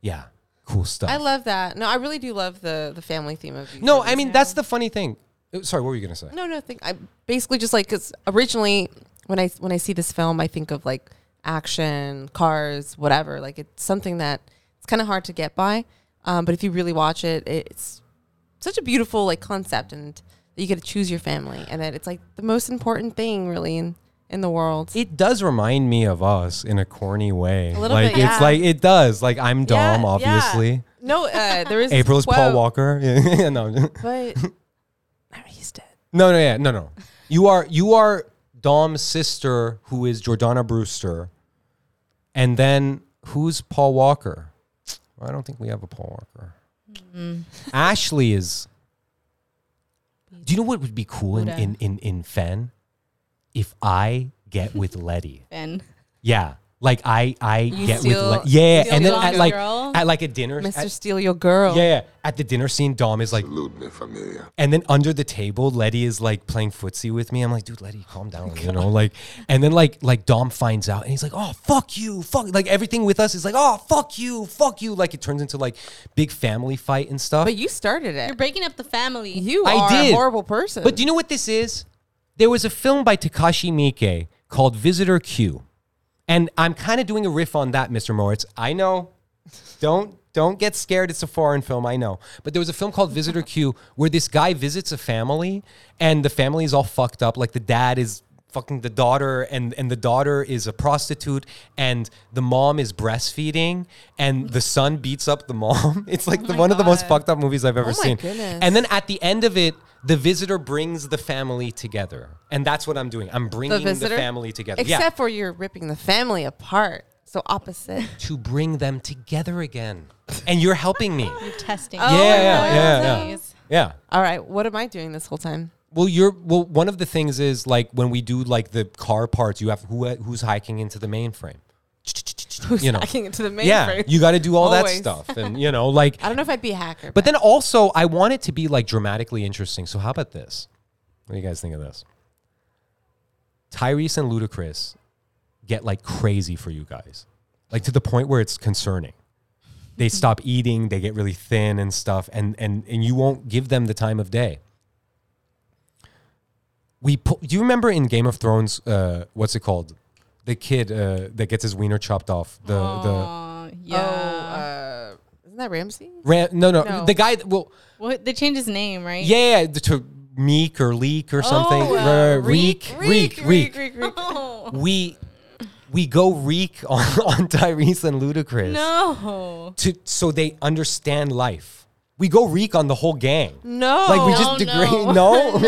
Yeah, cool stuff.
I love that. No, I really do love the the family theme of you.
no, I mean that's the funny thing. Uh, Sorry, what were you gonna say?
no, no. Think I basically just like because originally when I when I see this film, I think of like action, cars, whatever. Like it's something that it's kind of hard to get by, um, but if you really watch it, it's such a beautiful like concept, and that you get to choose your family, and that it's like the most important thing really in in the world.
It does remind me of us in a corny way.
little
like
bit,
it's
yeah.
like it does. Like I'm
Yeah,
Dom,
yeah.
obviously.
No, uh, there is this
April is Paul
quote,
Walker. Yeah, no.
but I used it.
No, no, yeah, no, no. You are you are Dom's sister, who is Jordana Brewster, and then who's Paul Walker? Well, I don't think we have a Paul Walker. Ashley is. Do you know what would be cool in
Buddha.
in in, in Fen? If I get with Letty,
Ben.
yeah. Like I, I get with
steal-
Letty. yeah,
steal
and then
Dom's
at like
girl?
at like a dinner,
Mr.
at-
Steal Your Girl.
yeah, yeah, at the dinner scene, Dom is like,
Salute me, familia.
and then under the table, Letty is like playing footsie with me. I'm like, dude, Letty, calm down, you know, like. And then like like Dom finds out, and he's like, oh fuck you, fuck. Like everything with us is like, oh fuck you, fuck you. Like it turns into like big family fight and stuff.
But you started it.
You're breaking up the family.
You
I
are
did.
a horrible person.
But do you know what this is? There was a film by Takashi Miike called Visitor Q. And I'm kind of doing a riff on that, Mr. Moritz. I know. Don't don't get scared. It's a foreign film, I know. But there was a film called Visitor Q where this guy visits a family and the family is all fucked up. Like the dad is fucking the daughter and and the daughter is a prostitute and the mom is breastfeeding and the son beats up the mom. It's
Oh
like the, one of the most fucked up movies I've ever
my
seen.
goodness.
And then at the end of it, the visitor brings the family together, and that's what I'm doing. I'm bringing the, family together.
Except
yeah,
for you're ripping the family apart. So opposite.
to bring them together again, and you're helping me. yeah,
testing.
Oh,
Oh,
yeah, yeah, yeah, yeah,
Please.
yeah.
All right, what am I doing this whole time?
Well, you're well. One of the things is like when we do like the car parts, you have who who's hiking into the mainframe.
Who's
You know.
hacking into the mainframe?
Yeah, you got to do all that
Always.
stuff, and you know, like
I don't know if I'd be a hacker.
But then also, I want it to be like dramatically interesting. So how about this? What do you guys think of this? Tyrese and Ludacris get like crazy for you guys, like to the point where it's concerning. They stop eating, they get really thin and stuff, and and and you won't give them the time of day. We pu- do you remember in Game of Thrones? Uh, what's it called? The kid uh, that gets his wiener chopped off. The the
Oh,
oh,
yeah.
Oh.
uh, isn't that Ramsey?
ran, no, no
No.
the guy well
Well, they changed his name, right?
Yeah, yeah, the- to meek or leak or something.
uh,
Reek, reek, reek,
reek, reek.
Oh.
We we go reek on, on Tyrese and Ludacris
No.
to so they understand life. We go reek on the whole gang.
No.
Like we
No,
just degrade.
no.
No,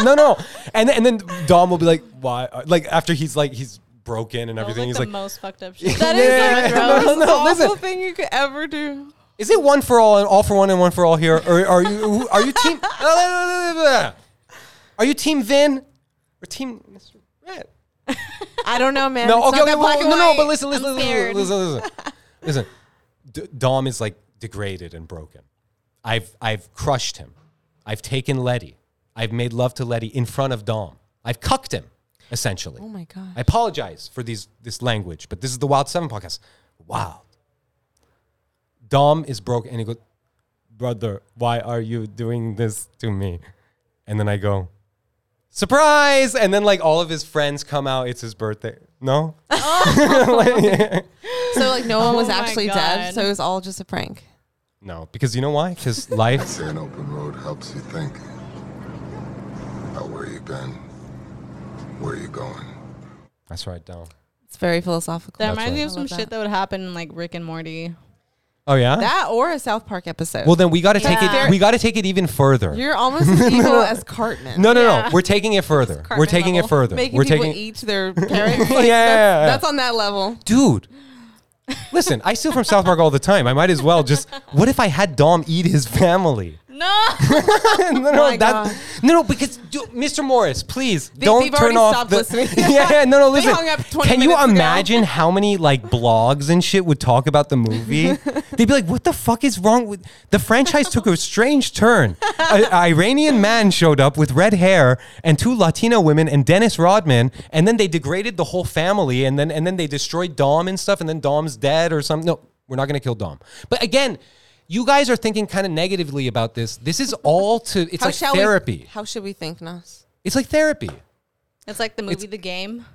no, no, no. And and then Dom will be like, "Why?" Like after he's like he's broken and everything.
Like
He's
the
like,
most fucked up shit.
That is like
Yeah,
the
no,
most
no,
awful
listen.
thing you could ever do.
Is it one for all and all for one and one for all here? Or are you who- are you team? Are you team Vin or team Mr. Red?
I don't know, man.
No,
It's
okay,
not
okay
that
well,
black and
no, no.
white.
But listen, listen,
I'm
listen,
scared.
listen, listen, listen. D- Dom is like degraded and broken. I've I've crushed him. I've taken Letty. I've made love to Letty in front of Dom. I've cucked him, essentially.
Oh my god.
I apologize for these this language, but this is the Wild Seven podcast. Wow. Dom is broke and he goes, Brother, why are you doing this to me? And then I go, Surprise! And then like all of his friends come out, it's his birthday. No?
So like no one was
Oh my
actually dead.
God.
So it was all just a prank.
No. Because you know why? Because life
An open road helps you think about where you've been, where you're going.
That's right, Dom.
It's very philosophical.
That
That's
reminds
right.
me of
I
some
love
shit
that.
that would happen in like Rick and Morty.
Oh yeah?
That or a South Park episode.
well then we gotta take
Yeah.
it we gotta take it even further.
you're almost as evil as Cartman.
no, no, no.
Yeah.
We're taking it further. We're
Cartman
taking it
level.
further.
making
We're
people
taking
eat their parents. Like,
Yeah.
that's, that's on that level.
dude. Listen, I steal from South Park all the time. I might as well just. What if I had Dom eat his family?
No.
no, no,
Oh my
that-
God.
no, no, because dude, Mr. Morris, please don't
they've
turn
already
off
stopped
the.
listening.
yeah, no, no,
They
listen.
hung up 20
Can you
minutes ago.
imagine how many like blogs and shit would talk about the movie? They'd be like, "What the fuck is wrong with the franchise?" Took a strange turn. An Iranian man showed up with red hair and two Latino women and Dennis Rodman, and then they degraded the whole family, and then and then they destroyed Dom and stuff, and then Dom's dead or something. No, we're not gonna kill Dom. But again. You guys are thinking kind of negatively about this. This is all to it's
How
like
shall
therapy.
We, how should we think, Nas?
It's like therapy.
It's like the movie The Game.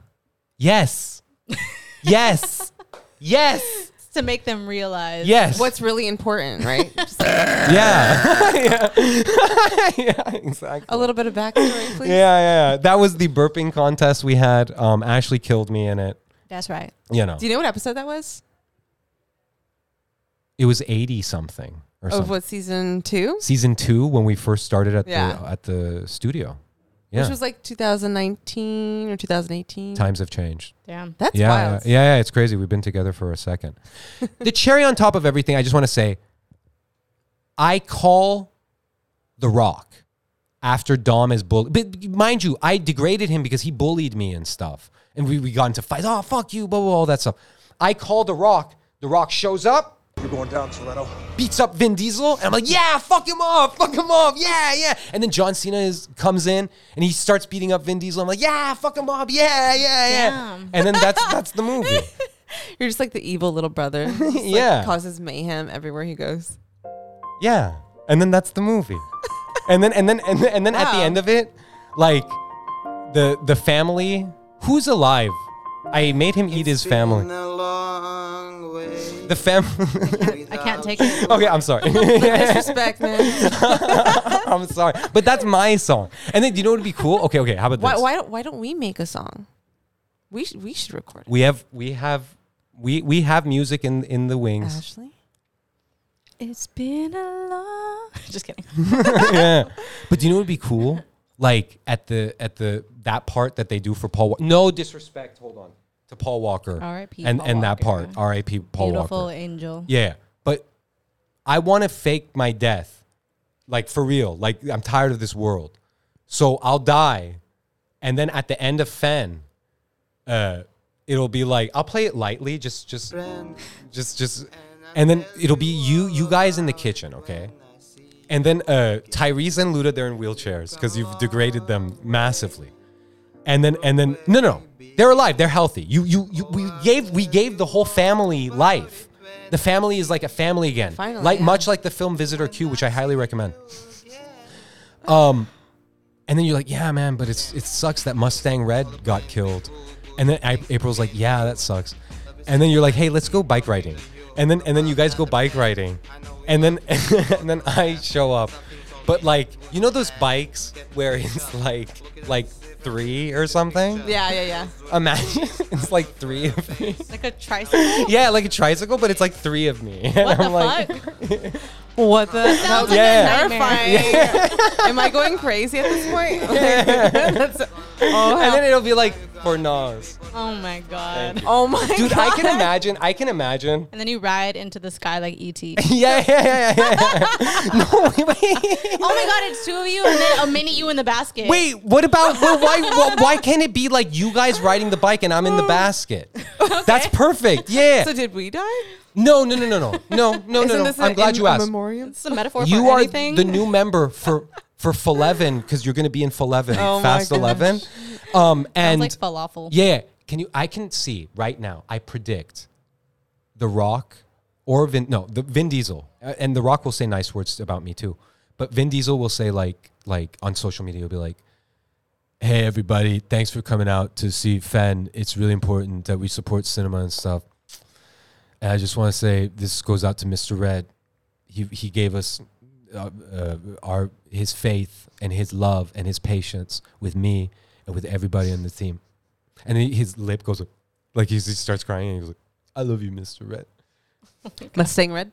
Yes. yes. Yes.
It's to make them realize.
Yes.
What's really important, right? Just
yeah. yeah. yeah, exactly.
a little bit of backstory, please.
Yeah, yeah, yeah. That was the burping contest we had. Um, Ashley killed me in it.
That's right.
You know,
Do you know what episode that was?
it was eighty something or
Of
something.
what season two?
Season two when we first started at the
Yeah.
at the studio. Yeah,
Which was like 2019 or 2018.
times have changed.
Damn.
That's
yeah,
wild.
Yeah, yeah, yeah, it's crazy. We've been together for a second. the cherry on top of everything, I just want to say I call The Rock after Dom is bullied. But mind you, I degraded him because he bullied me and stuff. And we, we got into fights. Oh, fuck you, blah, blah, blah, all that stuff. I call The Rock. The Rock shows up
You're going down, Toretto.
beats up Vin Diesel, and I'm like, yeah, fuck him up, fuck him up, yeah, yeah. And then John Cena is, comes in and he starts beating up Vin Diesel. I'm like, yeah, fuck him up, yeah, yeah, yeah.
Damn.
And then that's that's the movie.
You're just like the evil little brother. Just, like,
Yeah.
causes mayhem everywhere he goes.
Yeah, and then that's the movie. and then and then and then, and then at the
Wow.
end of it, like the the family who's alive. I made him eat his
Been
family.
a long way
The fam.
I can't take it.
okay, I'm sorry.
Disrespect, man.
I'm sorry, but that's my song. And then do you know what would be cool? Okay, okay. How about
Why,
this?
why, don't, why don't we make a song? We, sh- we should record it.
We have we have we we have music in in the wings.
Ashley?
It's been a long. Just kidding.
yeah. But do you know what would be cool? Like at the at the that part that they do for Paul Walker. No disrespect, hold on. To Paul Walker.
R.I.P.
And
Paul
and that
Walker.
part. R.I.P. Paul
Beautiful
Walker.
angel.
Yeah. But I want to fake my death. Like for real. Like I'm tired of this world. So I'll die. And then at the end of Fen, uh, it'll be like I'll play it lightly, just just
friend.
just just and then it'll be you you guys in the kitchen okay and then uh tyrese and luda they're in wheelchairs because you've degraded them massively and then and then no no they're alive they're healthy you you, you we gave we gave the whole family life the family is like a family again
Finally,
like
yeah.
much like the film visitor q which i highly recommend and then you're like, yeah, man, but it's it sucks that Mustang Red got killed. And then I, April's like, yeah, that sucks. And then you're like, hey, let's go bike riding. And then and then you guys go bike riding. And then and then I show up But like, you know those bikes where it's like like three or something?
Yeah, yeah, yeah.
Imagine it's like three of me.
Like a tricycle.
Yeah, like a tricycle, but it's like three of me. And
What the
I'm like,
fuck?
What the? That
Sounds
was
like
Yeah.
a nightmare.
terrifying. Am I going crazy at this point? That's- oh,
and then
hell.
it'll be like for Nas.
Oh my god.
oh my
Dude,
god.
I can imagine. I can imagine.
And then you ride into the sky like E ET.
Yeah, yeah, yeah, yeah, yeah. no, wait, wait.
oh my god, it's two of you and then a mini you in the basket.
Wait, what about well, why? why- why can't it be like you guys riding the bike and I'm in the basket? That's perfect. Yeah.
Oh. So did we die?
no, no, no, no, no, no, no,
Isn't
no, no.
this
I'm
a-
glad
in
you
a
asked.
Memoriam?
It's a metaphor
You
for
are
anything.
the new member for for Fullevin because you're going to be in Fullevin,
Oh my
Fast
gosh.
Eleven. Um, and
Sounds like falafel.
yeah, can you? I can see right now. I predict the Rock or Vin. No, the Vin Diesel uh, and the Rock will say nice words about me too. But Vin Diesel will say like like on social media, he'll be like, "Hey everybody, thanks for coming out to see Fen. It's really important that we support cinema and stuff. And I just want to say this goes out to Mr. Red. He he gave us." Uh, uh, our his faith and his love and his patience with me and with everybody on the team. And then his lip goes like, like he's, he starts crying and he goes like, I love you, Mr. Red.
Mustang Red.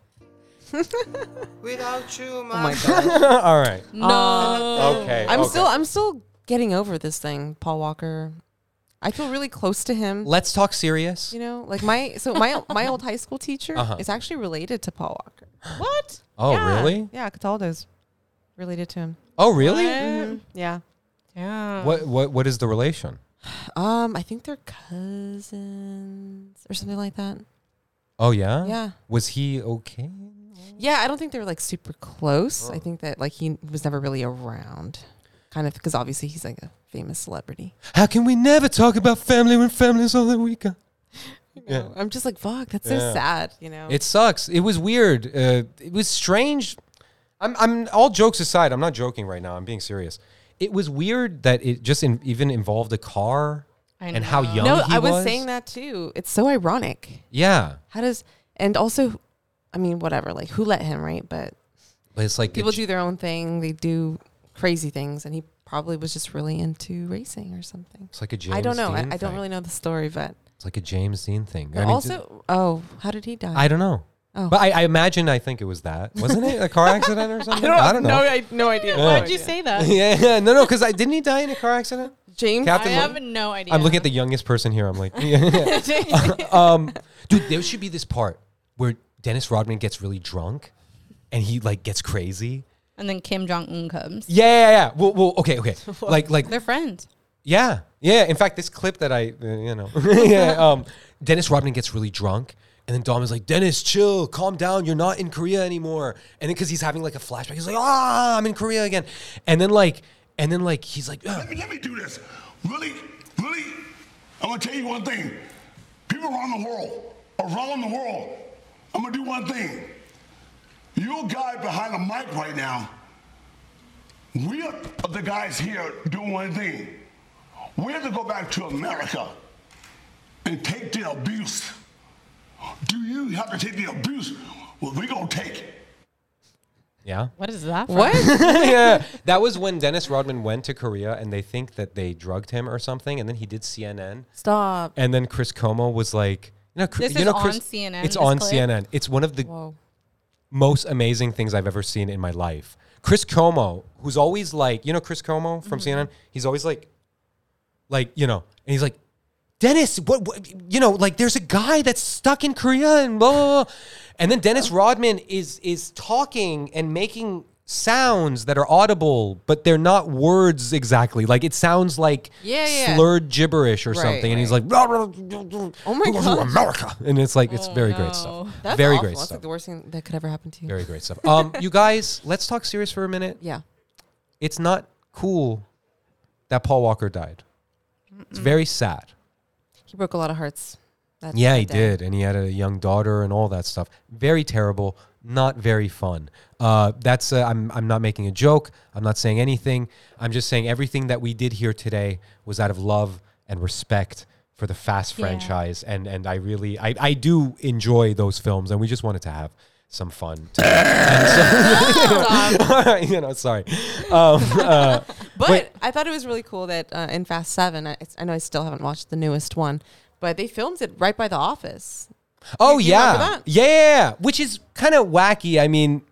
Without you,
Oh
my
my god.
All right.
No.
Mm. Okay.
I'm still I'm still getting over this thing, Paul Walker. I feel really close to him.
Let's talk serious.
You know, like my so my my old high school teacher
Uh-huh.
is actually related to Paul Walker.
What?
Oh,
Yeah.
really?
Yeah, Cataldo's related to him.
Oh, really?
What?
Yeah.
Yeah.
What what what is the relation?
Um, I think they're cousins or something like that.
Oh yeah?
Yeah.
Was he okay?
Yeah, I don't think they were like super close. I think that like he was never really around, kind of because obviously he's like a famous celebrity.
How can we never talk about family when family's all that we got? Yeah.
know? I'm just like, fuck, that's
Yeah.
so sad, you know?
It sucks. It was weird. Uh, it was strange. I'm, I'm all jokes aside. I'm not joking right now. I'm being serious. It was weird that it just in, even involved a car
I
and how
know.
young
no,
he
I was, saying that too. It's so ironic.
Yeah,
How does, and also, I mean, whatever, like who let him, right? But
but it's like
people
it-
do their own thing, they do crazy things, and he probably was just really into racing or something.
It's like a James.
I don't know. I,
Dean
I don't
thing.
really know the story, but
It's like a James Dean thing. I
but
mean,
also, oh, how did he die?
I don't know.
Oh.
But I, I imagine I think it was that, wasn't it? A car accident or something? I don't, know.
No, I, no idea.
Why'd
Why'd you say that?
yeah, yeah, no, no, because I didn't he die in a car accident?
James?
Captain
I
Lou-
have no idea.
I'm looking at the youngest person here. I'm like, yeah, yeah. um, dude, there should be this part where Dennis Rodman gets really drunk, and he like gets crazy.
And then Kim Jong Un comes.
Yeah, yeah, yeah. Well, well okay, okay. Like, like
They're friends.
Yeah, yeah. In fact, this clip that I, uh, you know, yeah, um, Dennis Rodman gets really drunk, and then Dom is like, "Dennis, chill, calm down. You're not in Korea anymore." And then because he's having like a flashback, he's like, "Ah, I'm in Korea again." And then like, and then like, he's like, "Ugh."
Let me, let me do this. Really, really, I'm gonna tell you one thing. People around the world, around the world, I'm gonna do one thing. You guy behind the mic right now, we are the guys here doing one thing. We have to go back to America and take the abuse. Do you have to take the abuse? Well, we gonna take it.
"Yeah,
What is that? From?
What?
yeah." That was when Dennis Rodman went to Korea, and they think that they drugged him or something, and then he did CNN,
Stop.
and then Chris Como was like, "You know, Chris,
This
you
is
know,
on
Chris,
CNN,
It's
this
on
clip?
CNN. It's one of the
Whoa.
most amazing things I've ever seen in my life. Chris Como, who's always like, you know, Chris Como
Mm-hmm.
from CNN, he's always like, like, you know, and he's like, Dennis, what, what, you know, like there's a guy that's stuck in Korea and blah, blah, blah. And then Dennis
Uh-huh.
Rodman is, is talking and making sounds that are audible, but they're not words exactly. Like it sounds like
Yeah, yeah.
slurred gibberish or
Right,
something. And he's like, oh
my gosh. Oh,
America. And it's like, it's very great stuff.
That's
very
awful.
great
That's
stuff.
like the worst thing that could ever happen to you.
Very great stuff. Um, you guys, let's talk serious for a minute.
yeah.
It's not cool that Paul Walker died. It's very sad.
He broke a lot of hearts. That,
Yeah, he
that day.
did, and he had a young daughter and all that stuff. Very terrible. Not very fun. Uh, that's uh, I'm I'm not making a joke. I'm not saying anything. I'm just saying everything that we did here today was out of love and respect for the Fast
Yeah.
franchise, and and I really I I do enjoy those films, and we just wanted to have some fun. Time. And so- you know, sorry.
But I thought it was really cool that uh, in Fast Seven, I, it's- I know I still haven't watched the newest one, but they filmed it right by the office.
Oh
you
yeah.
remember that?
yeah, yeah, yeah. Which is kind of wacky. I mean,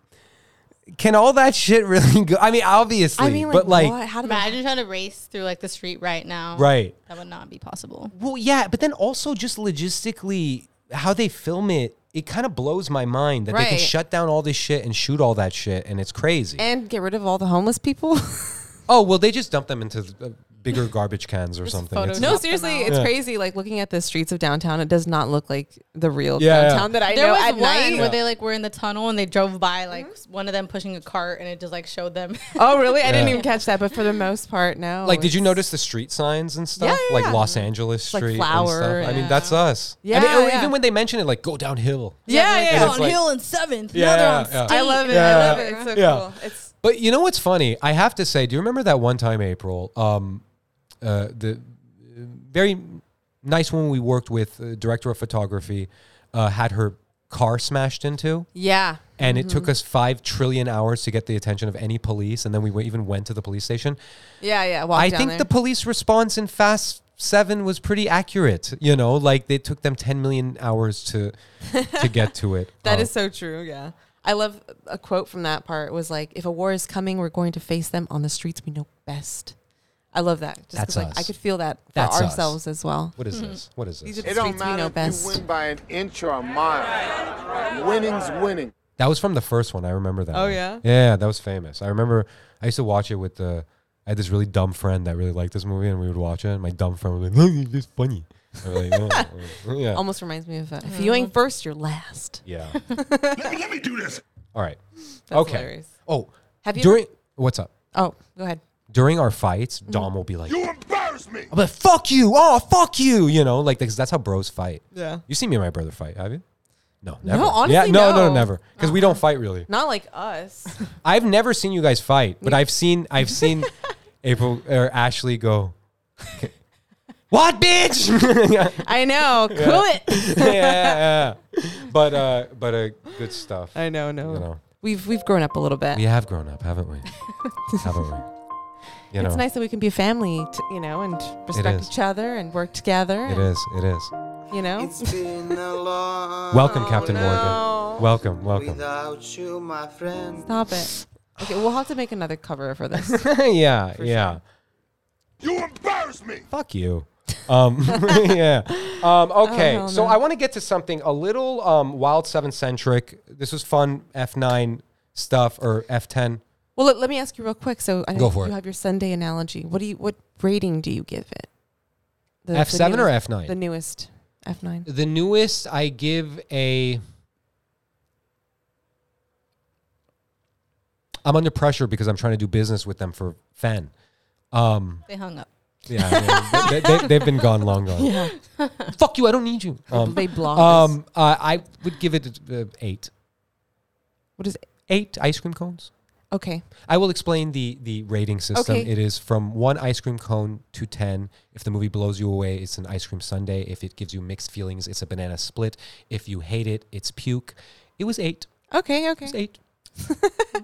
can all that shit really go? I mean, obviously,
I mean, like,
but like,
what? how did that?
Imagine trying to race through like the street right now.
right?
That would not be possible.
Well, yeah, but then also just logistically, how they film it, it kind of blows my mind that they can
Right.
shut down all this shit and shoot all that shit, and it's crazy.
And get rid of all the homeless people.
oh well, they just dump them into the, uh, bigger garbage cans or something.
photos
It's-
Knock
no,
them
seriously,
out.
it's
Yeah.
crazy. Like looking at the streets of downtown, it does not look like the real
Yeah, yeah.
downtown that I
there
know
was
at
one
night. Mm-hmm.
where they like were in the tunnel and they drove by like s- one of them pushing a cart and it just like showed them.
Oh, really? I didn't
Yeah.
even catch that. But for the most part, no.
Like, did you
it's-
notice the street signs and stuff?
Yeah, yeah,
like
yeah.
Los Angeles Street
like
and
flower
stuff. I mean,
and-
that's us. I
Yeah,
mean, or
yeah.
even when they mention it, like go downhill.
Yeah, yeah.
it's like-
and seventh.
Yeah, yeah, yeah.
I love it.
Yeah.
I love it. It's so
Yeah.
cool. It's
But you know what's funny? I have to say, do you remember that one time, April? Um, uh, the uh, very nice woman we worked with, uh, director of photography, uh, had her car smashed into,
yeah.
and it
Mm-hmm.
took us five trillion hours to get the attention of any police, and then we w- even went to the police station.
Yeah, yeah. Walk
I
down
think
there.
the police response in Fast Seven was pretty accurate. You know, like they took them ten million hours to to get to it.
That
Uh,
is so true. Yeah. I love a quote from that part was like, if a war is coming, we're going to face them on the streets we know best. I love that. Just 'cause,
That's
like, I
us.
could feel that for
That's us.
ourselves as well.
what is this? What is this?
Hmm. These are-
It
Streets
don't
we
matter
know
if
best.
you win by an inch or a mile. Winning's winning.
That was from the first one. I remember that.
Oh,
one.
yeah?
yeah, that was famous. I remember I used to watch it with the. I had this really dumb friend that really liked this movie, and we would watch it. And my dumb friend was like, "Look, it's just funny." I was like, "Yeah, yeah, yeah,
Almost reminds me of uh,
Mm-hmm.
if you ain't first, you're last.
yeah."
let, me, let me do this.
All right.
That's
okay.
hilarious.
Oh,
Have you
during what's up?
Oh, go ahead.
During our fights,
Mm-hmm.
Dom will be like,
You embarrass me.
"But fuck you! Oh, fuck you!" You know, like because that's how bros fight.
Yeah.
You see me and my brother fight, have you? No, never.
honestly,
yeah, no, no,
no. Uh-huh.
never. Because we don't fight really.
Not like us.
I've never seen you guys fight, but I've seen I've seen April or Ashley go. What bitch? yeah,
I know. Cool it.
yeah, yeah. But uh, but uh, good stuff.
I know, no.
You know,
We've we've grown up a little bit.
we have grown up, haven't we? haven't we? You know,
It's nice that we can be a family, t- you know, and respect
is.
each other and work together.
It
and,
is. It is.
You know,
It's been a long
Welcome, Captain
no.
Morgan. Welcome, welcome.
Without you, my friend.
stop it. Okay, we'll have to make another cover for this.
yeah, yeah.
You embarrass me.
fuck you. Um, yeah. Um, okay.
Oh, hell
so
no.
I want to get to something a little um, Wild 7 centric. This was fun F9 stuff or F10.
Well, let, let me ask you real quick. So I know
Go for
you
it.
have your Sunday analogy. What do you what rating do you give it? The- the
F7 or
newest-
F9?
The newest F nine.
The newest, I give a. I'm under pressure because I'm trying to do business with them for fan. Um,
They hung up.
yeah, I mean, they, have been gone long gone. Fuck you! I don't need you. Um,
They blocked. us.
um, uh, I would give it uh, eight.
What is
Eight ice cream cones.
okay?
I will explain the the rating system.
Okay.
It is from one ice cream cone to ten. If the movie blows you away, it's an ice cream sundae. If it gives you mixed feelings, it's a banana split. If you hate it, it's puke. It was eight.
Okay,
It
okay.
was eight.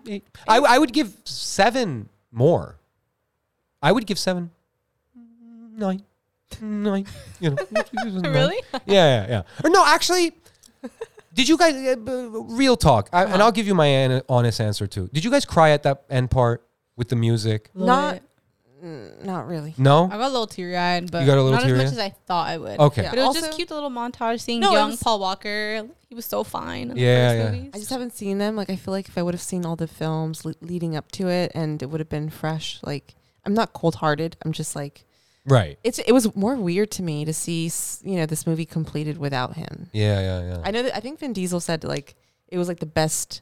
eight. I, I would give seven more. I would give seven. Nine. Nine. You know. nine.
Really?
Yeah, yeah, yeah. Or no, actually, did you guys? Uh, b- real talk, I, and I'll give you my an- honest answer too. Did you guys cry at that end part with the music?
Not mm, not really.
No.
I got a little teary eyed, but
You got a little
not as much
teary-eyed?
as I thought I would.
Okay.
But it was
Also-
just cute, the little montage seeing
No, it
young
was-
Paul Walker. He was so fine. in the
Yeah,
first
yeah.
movies.
I just haven't seen them. Like I feel like if I would have seen all the films le- leading up to it, and it would have been fresh. Like I'm not cold hearted. I'm just like
Right.
it's. It was more weird to me to see s- you know this movie completed without him.
Yeah, yeah, yeah.
I know that I think Vin Diesel said like it was like the best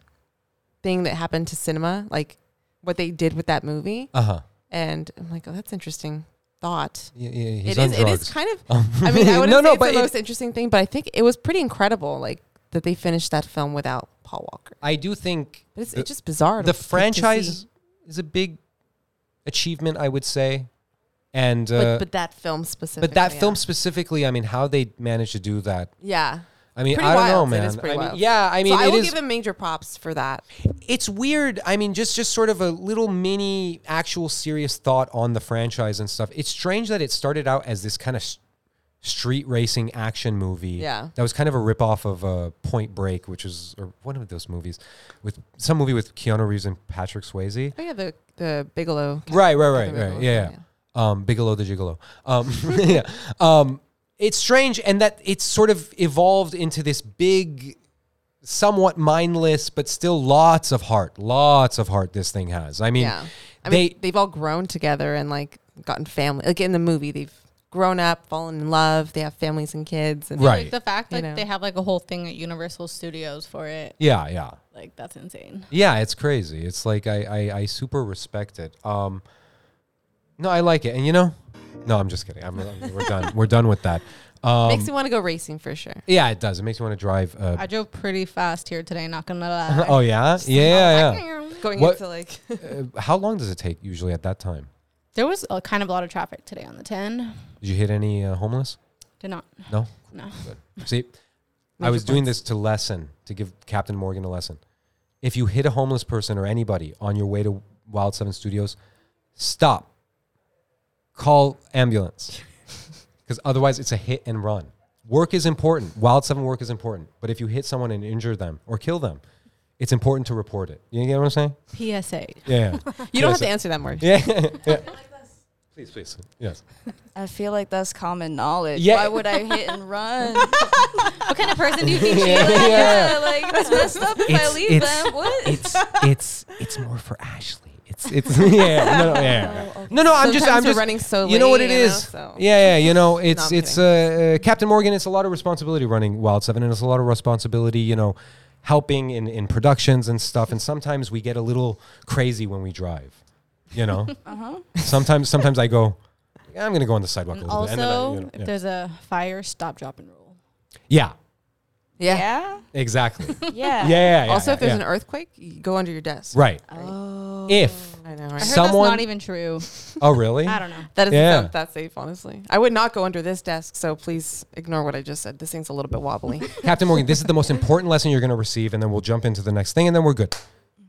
thing that happened to cinema, like what they did with that movie.
Uh huh.
And I'm like, oh, that's interesting thought.
Yeah, yeah, he's
It
on
is. It
drugs. Um,
is kind of. I mean, I wouldn't
No, no,
no, say it's
but
the
it-
most interesting thing, but I think it was pretty incredible, like that they finished that film without Paul Walker.
I do think
But it's,
the,
it's just bizarre. to-
the
to see.
franchise is a big achievement, I would say, and uh,
but,
but,
but that film specifically.
that
yeah.
film specifically, I mean, how they managed to do that
Yeah.
I I mean,
Pretty
I don't know,
wild.
man.
It is pretty
I mean,
wild.
yeah, I mean,
so I
it
will
is-
give him major props for that.
it's weird. I mean, just just sort of a little mini actual serious thought on the franchise and stuff. It's strange that it started out as this kind of s- street racing action movie.
Yeah.
that was kind of a ripoff of uh, Point Break, which is or one of those movies with some movie with Keanu Reeves and Patrick Swayze.
Oh yeah, the the Bigelow.
Right, right, right,
Bigelow,
right. Yeah, yeah. Um, Bigelow the Gigolo. Um, yeah. Um, it's strange, and that it's sort of evolved into this big, somewhat mindless, but still lots of heart, lots of heart. This thing has. I mean,
Yeah. I
they
mean, they've all grown together and like gotten family. Like in the movie, they've grown up, fallen in love. They have families and kids. And
right.
Like the fact
You
like
know.
they have like a whole thing at Universal Studios for it,
yeah, yeah,
like that's insane.
yeah. It's crazy. It's like I, I, I super respect it. Um, no, I like it, and you know, no, I'm just kidding. I'm, I'm- we're done. We're done with that. Um,
Makes me want to go racing for sure.
yeah, it does. It makes me want to drive. Uh,
I drove pretty fast here today, not gonna lie.
oh yeah, yeah, yeah.
Going
What-
into like
Uh, how long does it take usually at that time?
There was a kind of a lot of traffic today on the 10.
Did you hit any uh, homeless?
Did not.
No.
No.
See, I was doing this to lesson to give Captain Morgan a lesson. If you hit a homeless person or anybody on your way to Wild Seven Studios, stop. Call ambulance, because otherwise it's a hit and run. Work is important. Wild Seven work is important. But if you hit someone and injure them or kill them, it's important to report it. You get what I'm saying?
PSA.
Yeah.
you don't
Yeah,
have
so-
to answer that word.
Yeah. yeah. Please, please. Yes.
I feel like that's common knowledge.
Yeah.
Why would I hit and run?
What kind of person do you think she
Yeah.
yeah, like that's messed up if I
It's-
leave
it's-
them. What?
it's it's it's more for Ashley. It's it's yeah, yeah, no, no, yeah, yeah. no, no. I'm just
Oh, Sometimes
I'm
we're
just
running so
You know what it
late, you know,
is?
so.
Yeah, yeah. You know, it's
I'm
it's uh, uh, Captain Morgan. It's a lot of responsibility running Wild Seven, and it's a lot of responsibility. You know, helping in in productions and stuff. And sometimes we get a little crazy when we drive. You know,
Uh-huh.
sometimes sometimes I go. "Yeah, I'm gonna go on the sidewalk a
And
little bit. And then I,
also,
you know,
if
yeah.
there's a fire, stop, drop, and roll.
yeah,
Yeah.
yeah.
exactly.
Yeah.
yeah, yeah, yeah.
Also, if there's
yeah.
an Oh. earthquake, you go under your desk.
right, if
I know.
I
Right?
heard
Someone-
that's not even true.
oh really?
I don't know.
That doesn't
Yeah.
sound that safe, honestly. I would not go under this desk, so please ignore what I just said. This thing's a little bit wobbly.
Captain Morgan, this is the most important lesson you're going to receive, and then we'll jump into the next thing, and then we're good.
Mm-hmm.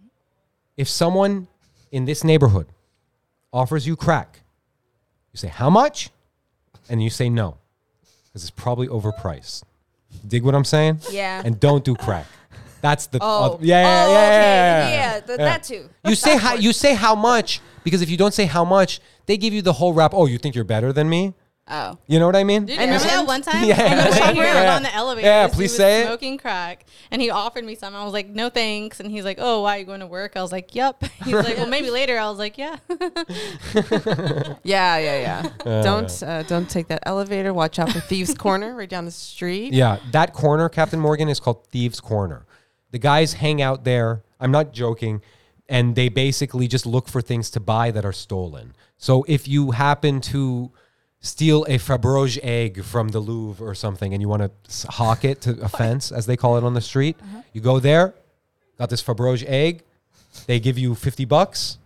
If someone in this neighborhood offers you crack, you say, How much? And you say no, because it's probably overpriced. Dig what I'm saying?
Yeah.
And don't do crack. That's the
Oh.
oth- yeah, yeah,
Oh,
yeah, yeah,
okay.
yeah, yeah,
Yeah, th- that too.
You say how you say how much because if you don't say how much, they give you the whole rap. Oh, you think you're better than me?
Oh.
You know what I mean?
And remember that one time
Yeah.
on the way here
Yeah.
on the elevator?
Yeah,
this dude
please
was
say it.
Smoking crack, and he offered me some. I was like, "No thanks." And he's like, "Oh, why are you going to work?" I was like, "Yep." He's like, "Well, maybe later." I was like, "Yeah."
yeah, yeah, yeah. don't uh, don't take that elevator. Watch out for Thieves Corner right down the street.
Yeah, that corner, Captain Morgan, is called Thieves Corner. The guys hang out there. I'm not joking. And they basically just look for things to buy that are stolen. So if you happen to steal a Faberge egg from the Louvre or something and you want to hawk it to a fence, as they call it on the street, you go there, got this Faberge egg, they give you 50 bucks.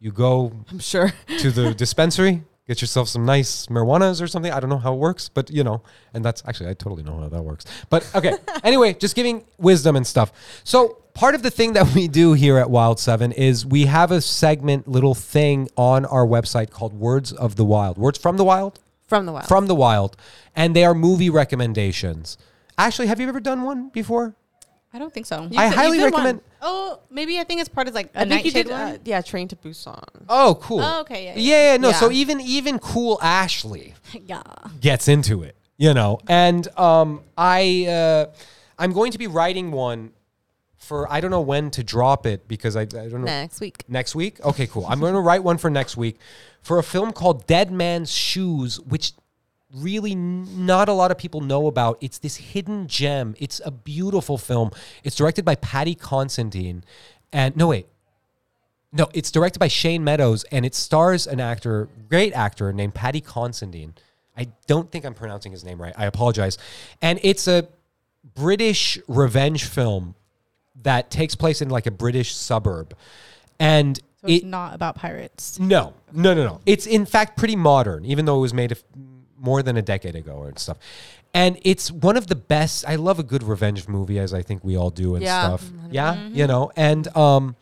You go
I'm sure.
to the dispensary, get yourself some nice marijuanas or something. I don't know how it works, but you know, and that's actually I totally know how that works. But okay, anyway, just giving wisdom and stuff. So part of the thing that we do here at Wild Seven is we have a segment, little thing on our website called Words of the Wild, Words from the Wild,
From the wild.
from the Wild, and they are movie recommendations. Actually, have you ever done one before?
I don't think so.
I
did- you
highly
did one.
recommend.
oh, maybe I think it's part of like a
I think you
nightshade
did. Uh,
one.
yeah, Train to Busan.
Oh, cool.
Oh, okay, yeah,
yeah, yeah, no. So
Yeah.
even even cool Ashley
yeah.
gets into it, you know. And um, I, uh, I'm going to be writing one for I don't know when to drop it because I, I don't know
Next week.
next week. Okay, cool. I'm going to write one for next week for a film called Dead Man's Shoes, which really n- not a lot of people know about. It's this hidden gem. It's a beautiful film. It's directed by Patty Constantine, and no wait. No, it's directed by Shane Meadows and it stars an actor, great actor named Patty Constantine. I don't think I'm pronouncing his name right. I apologize. And it's a British revenge film that takes place in like a British suburb. And
So
it
it's not about pirates.
no, no, no, no. It's in fact pretty modern, even though it was made a f- more than a decade ago and stuff. And it's one of the best. I love a good revenge movie, as I think we all do and
Yeah.
stuff. Yeah, you know. And um,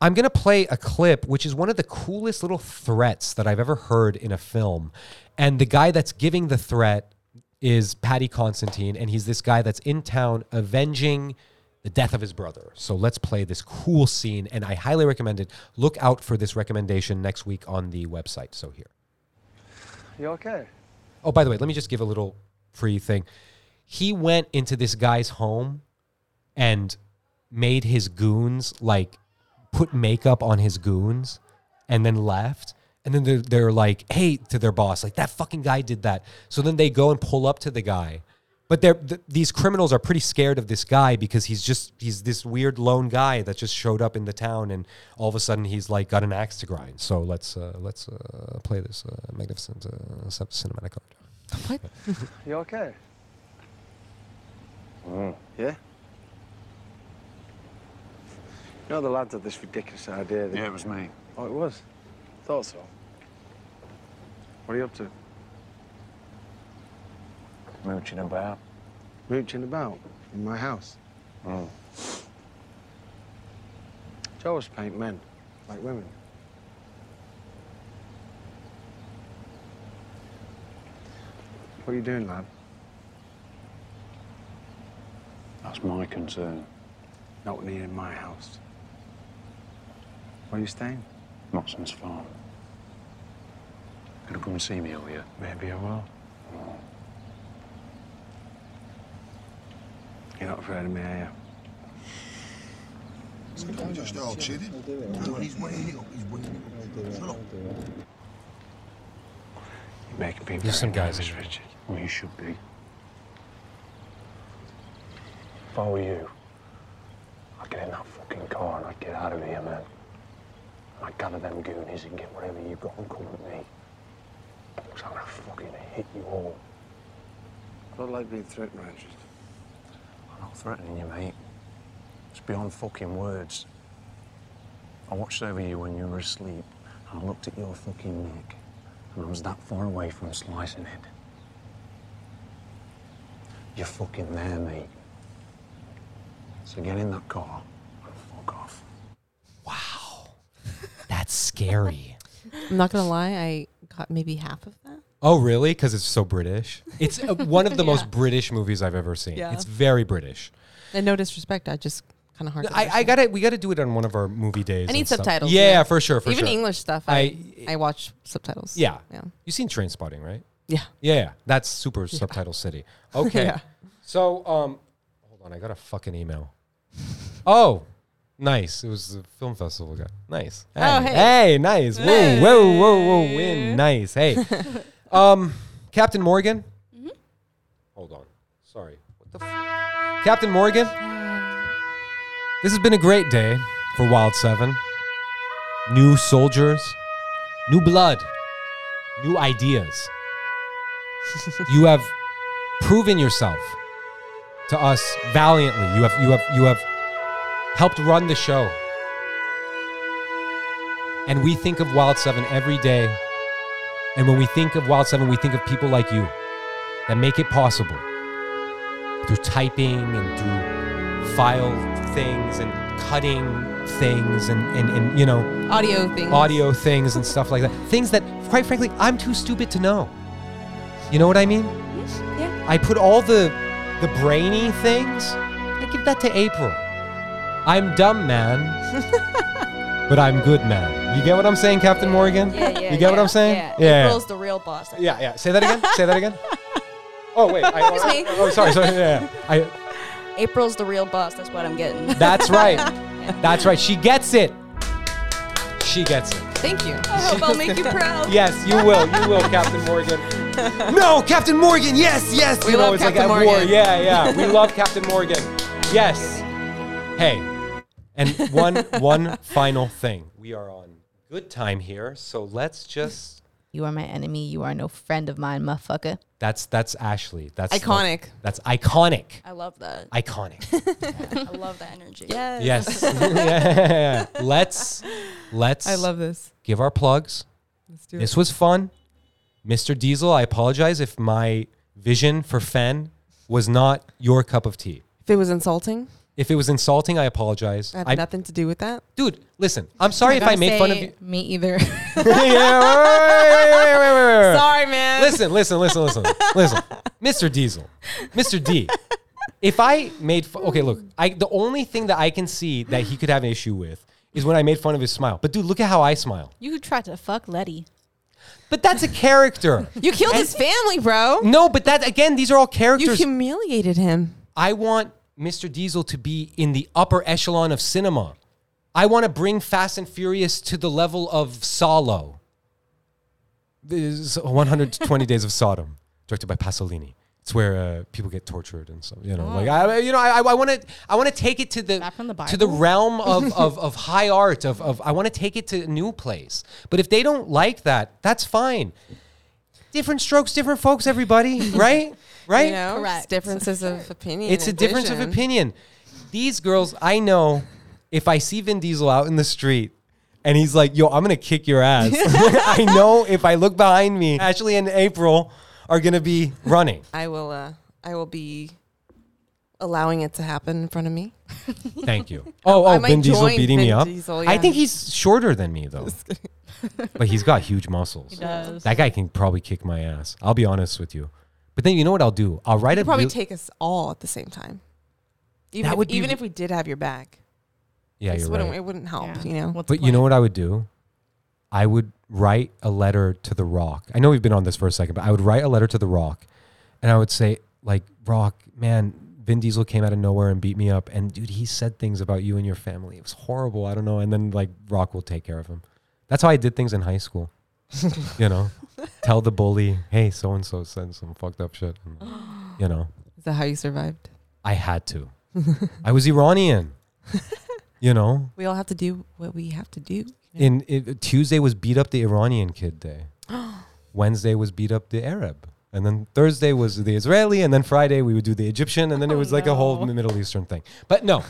I'm gonna play a clip, which is one of the coolest little threats that I've ever heard in a film. And the guy that's giving the threat is Paddy Constantine, and he's this guy that's in town avenging the death of his brother. So let's play this cool scene, and I highly recommend it. Look out for this recommendation next week on the website. So here.
You okay?
Oh, by the way, let me just give a little pre thing. He went into this guy's home and made his goons like put makeup on his goons and then left. And then they're, they're like, hey, to their boss, like that fucking guy did that. So then they go and pull up to the guy. But they're, th- these criminals are pretty scared of this guy because he's just, he's this weird lone guy that just showed up in the town and all of a sudden he's like got an axe to grind. So let's, uh, let's uh, play this uh, magnificent uh, cin- cinematic art.
You okay?
Mm.
Yeah? You know the lads had this ridiculous idea. That
Yeah, it was me.
Oh, it was? Thought so. What are you up to?
Mooching about.
Mooching about in my house.
Mm.
Joe's paint men, like women. What are you doing, lad?
That's my concern.
Not near my house. Where are you staying?
Mottson's farm. Gonna come and see me, are you?
Maybe I will. You're not afraid of me, are
Just all chitty. He's weighing it up. He's weighing it up. Shut up.
you? You're making people
There's some
very
guys
nervous,
in-
Richard.
Well, you should be. If I were you, I'd get in that fucking car and I'd get out of here, man. And I'd gather them goonies and get whatever you got and come with me. Because I'm gonna fucking hit you all.
I don't like being threatened, Richard.
I'm not threatening you, mate. It's beyond fucking words. I watched over you when you were asleep, and I looked at your fucking neck, and I was that far away from slicing it. You're fucking there, mate. So get in that car and fuck off.
That's scary.
I'm not gonna lie, I got maybe half of that.
Oh, really? Because it's so British. It's uh, one of the most British movies I've ever seen.
Yeah.
It's very British.
And no disrespect, I just kind of hard. to
I, I
understand.
gotta we gotta do it on one of our movie days.
I need
and stuff.
subtitles.
Yeah, for sure, for
Even
sure.
English stuff, I I watch subtitles.
yeah.
yeah,
You seen Train Spotting, right?
yeah.
Yeah, yeah. that's super subtitle city. Okay.
Yeah.
So um, hold on, I got a fucking email. Oh, nice. It was the film festival guy. Nice. Hey,
Oh,
hey.
hey.
nice. Whoa, whoa, whoa, whoa, win. Nice. Hey, um, Captain Morgan.
Mm-hmm.
Hold on. Sorry. What the f- Captain Morgan. This has been a great day for Wild Seven. New soldiers, new blood, new ideas. you have proven yourself to us valiantly. You have you have you have helped run the show. And we think of Wild 7 every day. And when we think of Wild 7, we think of people like you that make it possible through typing and through file things and cutting things and, and, and you know
Audio things.
audio things and stuff like that. Things that, quite frankly, I'm too stupid to know. You know what I mean?
Yeah.
I put all the the brainy things. I give that to April. I'm dumb, man, but I'm good, man. You get what I'm saying, Captain Morgan?
Yeah, yeah,
you get what I'm saying?
Yeah.
yeah.
April's the real boss.
Yeah, yeah. Say that again. Say that again. Oh wait. I,
Excuse me.
Oh, sorry. Sorry. Yeah. yeah. I.
April's the real boss. That's what I'm getting.
That's right. That's right. She gets it. She gets it.
Thank you.
I hope I'll make you proud.
Yes, you will. You will, Captain Morgan. No, Captain Morgan. Yes, yes.
We
you know,
love
it's like
Captain
at war.
Morgan.
Yeah, yeah. We love Captain Morgan. Yes. Hey, and one one final thing. We are on good time here, so let's just.
You are my enemy. You are no friend of mine, motherfucker.
That's that's Ashley. That's
Iconic.
that's iconic.
I love that.
Iconic.
I love that energy.
Yes.
Yes. yeah. Let's let's
I love this.
give our plugs.
Let's do it.
This was fun. Mr. Diesel, I apologize if my vision for Fen was not your cup of tea.
If it was insulting,
If it was insulting, I apologize.
I had
I,
nothing to do with that.
dude, listen, I'm sorry if I made fun of you.
Me either.
Yeah, wait, wait, wait, wait, wait, wait.
Sorry, man.
Listen, listen, listen, listen, listen. Mr. Diesel, Mr. D. If I made fu- okay, look, I the only thing that I can see that he could have an issue with is when I made fun of his smile. But dude, look at how I smile.
you tried to fuck Letty.
But that's a character.
You killed his family, bro.
No, but that again, these are all
You
characters.
humiliated him.
I want Mr. Diesel to be in the upper echelon of cinema. I want to bring Fast and Furious to the level of Solo. This is 120 Days of Sodom, directed by Pasolini. It's where uh, people get tortured and so you know, like I, you know, I, I want to, I want to take it to the,
That Oh. from the
to the
Bible?
realm of, of, of high art. Of, of I want to take it to a new place. But if they don't like that, that's fine. Different strokes, different folks. Everybody, right? Right?
You know,
Correct.
differences of opinion.
It's a
and
difference of
vision.
opinion. These girls, I know, if I see Vin Diesel out in the street and he's like, yo, I'm going to kick your ass. I know if I look behind me, Ashley and April are going to be running.
I will. Uh, I will be allowing it to happen in front of me.
Thank you. Oh,
I
oh,
might
Vin Diesel
join
beating
Vin
me up.
Diesel,
I
yeah.
think he's shorter than me, though. but he's got huge muscles. He
does.
That guy can probably kick my ass. I'll be honest with you. But then you know what I'll do? I'll write a
It'd probably
real-
take us all at the same time. Even
That
if,
would be
even
re-
if we did have your back,
Yeah,
this
you're
wouldn't,
right.
it wouldn't help.
Yeah.
You know,
What's the
But you
plan?
know what I would do? I would write a letter to The Rock. I know we've been on this for a second, but I would write a letter to The Rock and I would say, like, Rock, man, Vin Diesel came out of nowhere and beat me up. And dude, he said things about you and your family. It was horrible. I don't know. And then, like, Rock will take care of him. That's how I did things in high school. you know, tell the bully, hey, so and so said some fucked up shit. And, you know,
is that how you survived?
I had to. I was Iranian. You know,
We all have to do what we have to do.
in it, Tuesday was beat up the Iranian kid day. Wednesday was beat up the Arab, and then Thursday was the Israeli, and then Friday we would do the Egyptian,
Oh,
and then it was like a whole
no.
Middle Eastern thing. But no,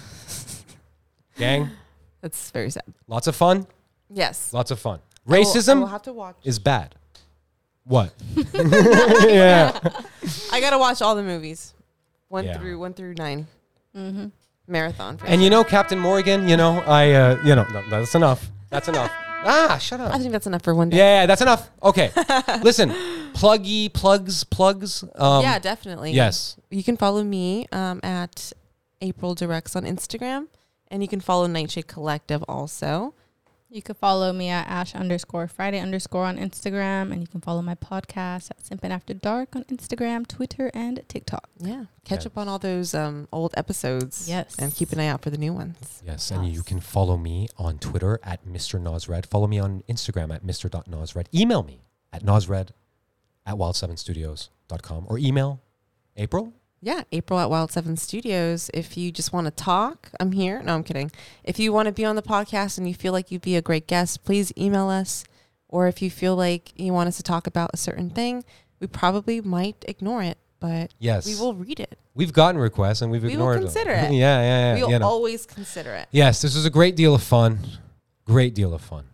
gang,
That's very sad.
lots of fun,
Yes,
lots of fun.
I will- I
Racism
will have to watch.
is bad. What? yeah,
I gotta watch all the movies, one
Yeah.
through one through 9
Mm-hmm.
marathon. For
and you know Captain Morgan. You know I. Uh, you know no, that's enough. That's enough. Ah, shut up.
I think that's enough for one day.
Yeah, that's enough. Okay, listen, pluggy plugs plugs. Um,
yeah, definitely.
Yes.
You can follow me um, at April Directs on Instagram, and you can follow Nightshade Collective also.
You can follow me at Ash underscore Friday underscore on Instagram, and you can follow my podcast at Simpin After Dark on Instagram, Twitter, and TikTok.
Yeah, catch up on all those um, old episodes.
Yes.
and keep an eye out for the new ones.
Yes, and you can follow me on Twitter at Mr. Nosred. Follow me on Instagram at Mr.Nosred. Email me at Nosred at wild7studios.com or email April.
Yeah, April at Wild Seven Studios. If you just want to talk, I'm here. No, I'm kidding. If you want to be on the podcast and you feel like you'd be a great guest, please email us. Or if you feel like you want us to talk about a certain thing, we probably might ignore it, but
Yes.
we will read it.
We've gotten requests and we've
We will
ignored them.
consider
yeah,
it.
yeah, yeah.
we will
you know.
always consider it.
yes, this was a great deal of fun. Great deal of fun.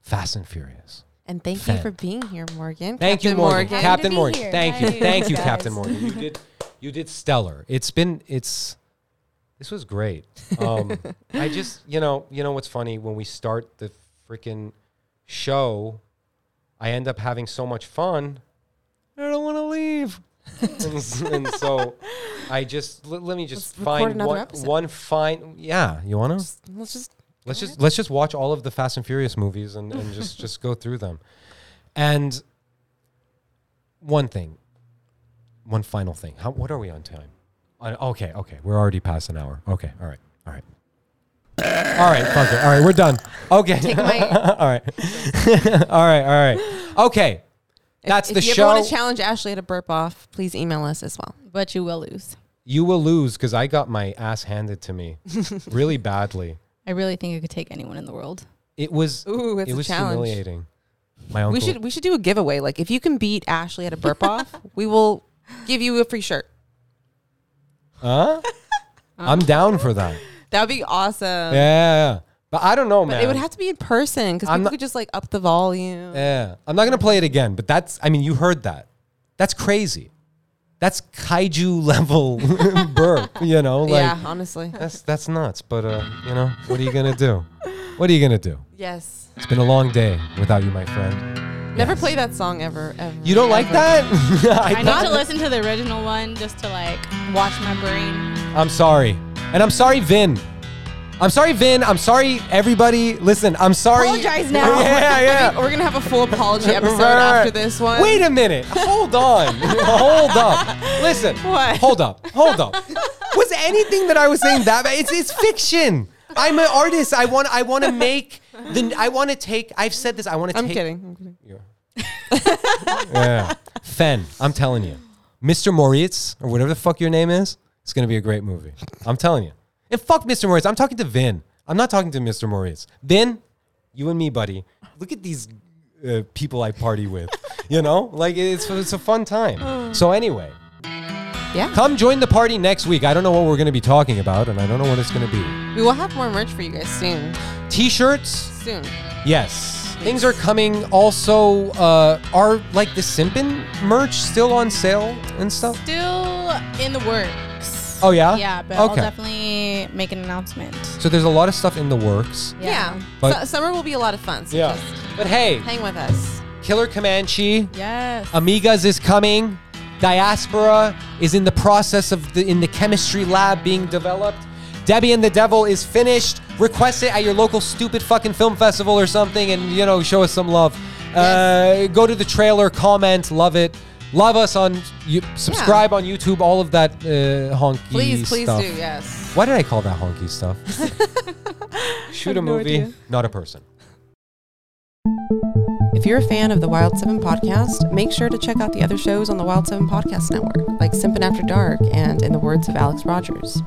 Fast and furious.
And thank
Fan.
you for being here, Morgan.
Thank you,
Captain
Morgan.
Morgan. Happy
Captain
to be
Morgan.
here.
Thank you.
Nice.
Thank you,
Guys.
Captain Morgan. You did you did stellar. It's been it's this was great. Um, I just you know, you know what's funny? When we start the freaking show, I end up having so much fun. I don't want to leave. and, s- and so I just let, let me just
Let's record
find
another
one,
episode.
one fine yeah, you want to?
Let's just
Let's just let's just watch all of the Fast and Furious movies and, and just just go through them. And one thing, one final thing. How what are we on time? Uh, okay, okay, we're already past an hour. Okay, all right, all right, all right. Fuck it. All right, we're done. Okay,
take my.
all right, all right, all right. Okay, that's
if
the
you
show.
ever want to challenge Ashley to burp off, please email us as well.
But you will lose.
you will lose because I got my ass handed to me really badly.
I really think it could take anyone in the world.
It was
Ooh, it's
it
a
was
challenge.
humiliating. My uncle.
We should we should do a giveaway. Like if you can beat Ashley at a burp off, we will give you a free shirt.
Huh? I'm down for that.
Um, That would be awesome.
Yeah, yeah, yeah. But I don't know, man.
But it would have to be in person because
I'm
people
not-
could just like up the volume.
Yeah. I'm not going to play it again, but that's, I mean, you heard that. That's crazy. That's kaiju level burp, you know? Like,
yeah, honestly.
That's, that's nuts, but, uh, you know, what are you going to do? What are you going to do?
Yes.
It's been a long day without you, my friend.
Never play that song ever. ever
You don't like
ever.
that?
I,
thought-
need to listen to the original one just to like wash my brain.
I'm sorry. And I'm sorry, Vin. I'm sorry, Vin. I'm sorry, everybody. Listen, I'm sorry.
Apologize now.
Yeah, yeah.
We're gonna have a full apology episode
Right, right,
after
right.
this one.
Wait a minute. Hold on. hold up. Listen.
What?
Hold up. Hold up. Was anything that I was saying that bad? It's it's fiction. I'm an artist. I want I want to make the I want to take I've said this. I want to
I'm
take
kidding. I'm kidding.
Yeah. Fen, I'm telling you. Mr. Moritz or whatever the fuck your name is, it's going to be a great movie. I'm telling you. And fuck Mr. Moritz. I'm talking to Vin. I'm not talking to Mr. Moritz. Vin, you and me, buddy. Look at these uh, people I party with. you know? Like it's it's a fun time. So anyway,
Yeah.
Come join the party next week. I don't know what we're going to be talking about, and I don't know what it's going to be.
We will have more merch for you guys soon.
T-shirts,
Soon.
yes. Things are coming. Also, uh, are like the Simpin merch still on sale and stuff?
Still in the works.
Oh, yeah?
Yeah, but I'll
Okay.
definitely make an announcement.
So there's a lot of stuff in the works.
Yeah.
But-
Su- summer will be a lot of fun. So
Yeah.
just
But hey,
hang with us.
Killer Comanche,
Yes.
Amigas is coming. Diaspora is in the process of the in the chemistry lab being developed. Debbie and the Devil is finished. Request it at your local stupid fucking film festival or something, and you know, show us some love. Uh, go to the trailer, comment, love it, love us on you, subscribe on YouTube, all of that uh, honky
Please, please
stuff.
do. Yes.
Why did I call that honky stuff? Shoot a movie, not a person.
If you're a fan of the Wild 7 podcast, make sure to check out the other shows on the Wild 7 Podcast Network, like Simpin' After Dark and In the Words of Alex Rogers.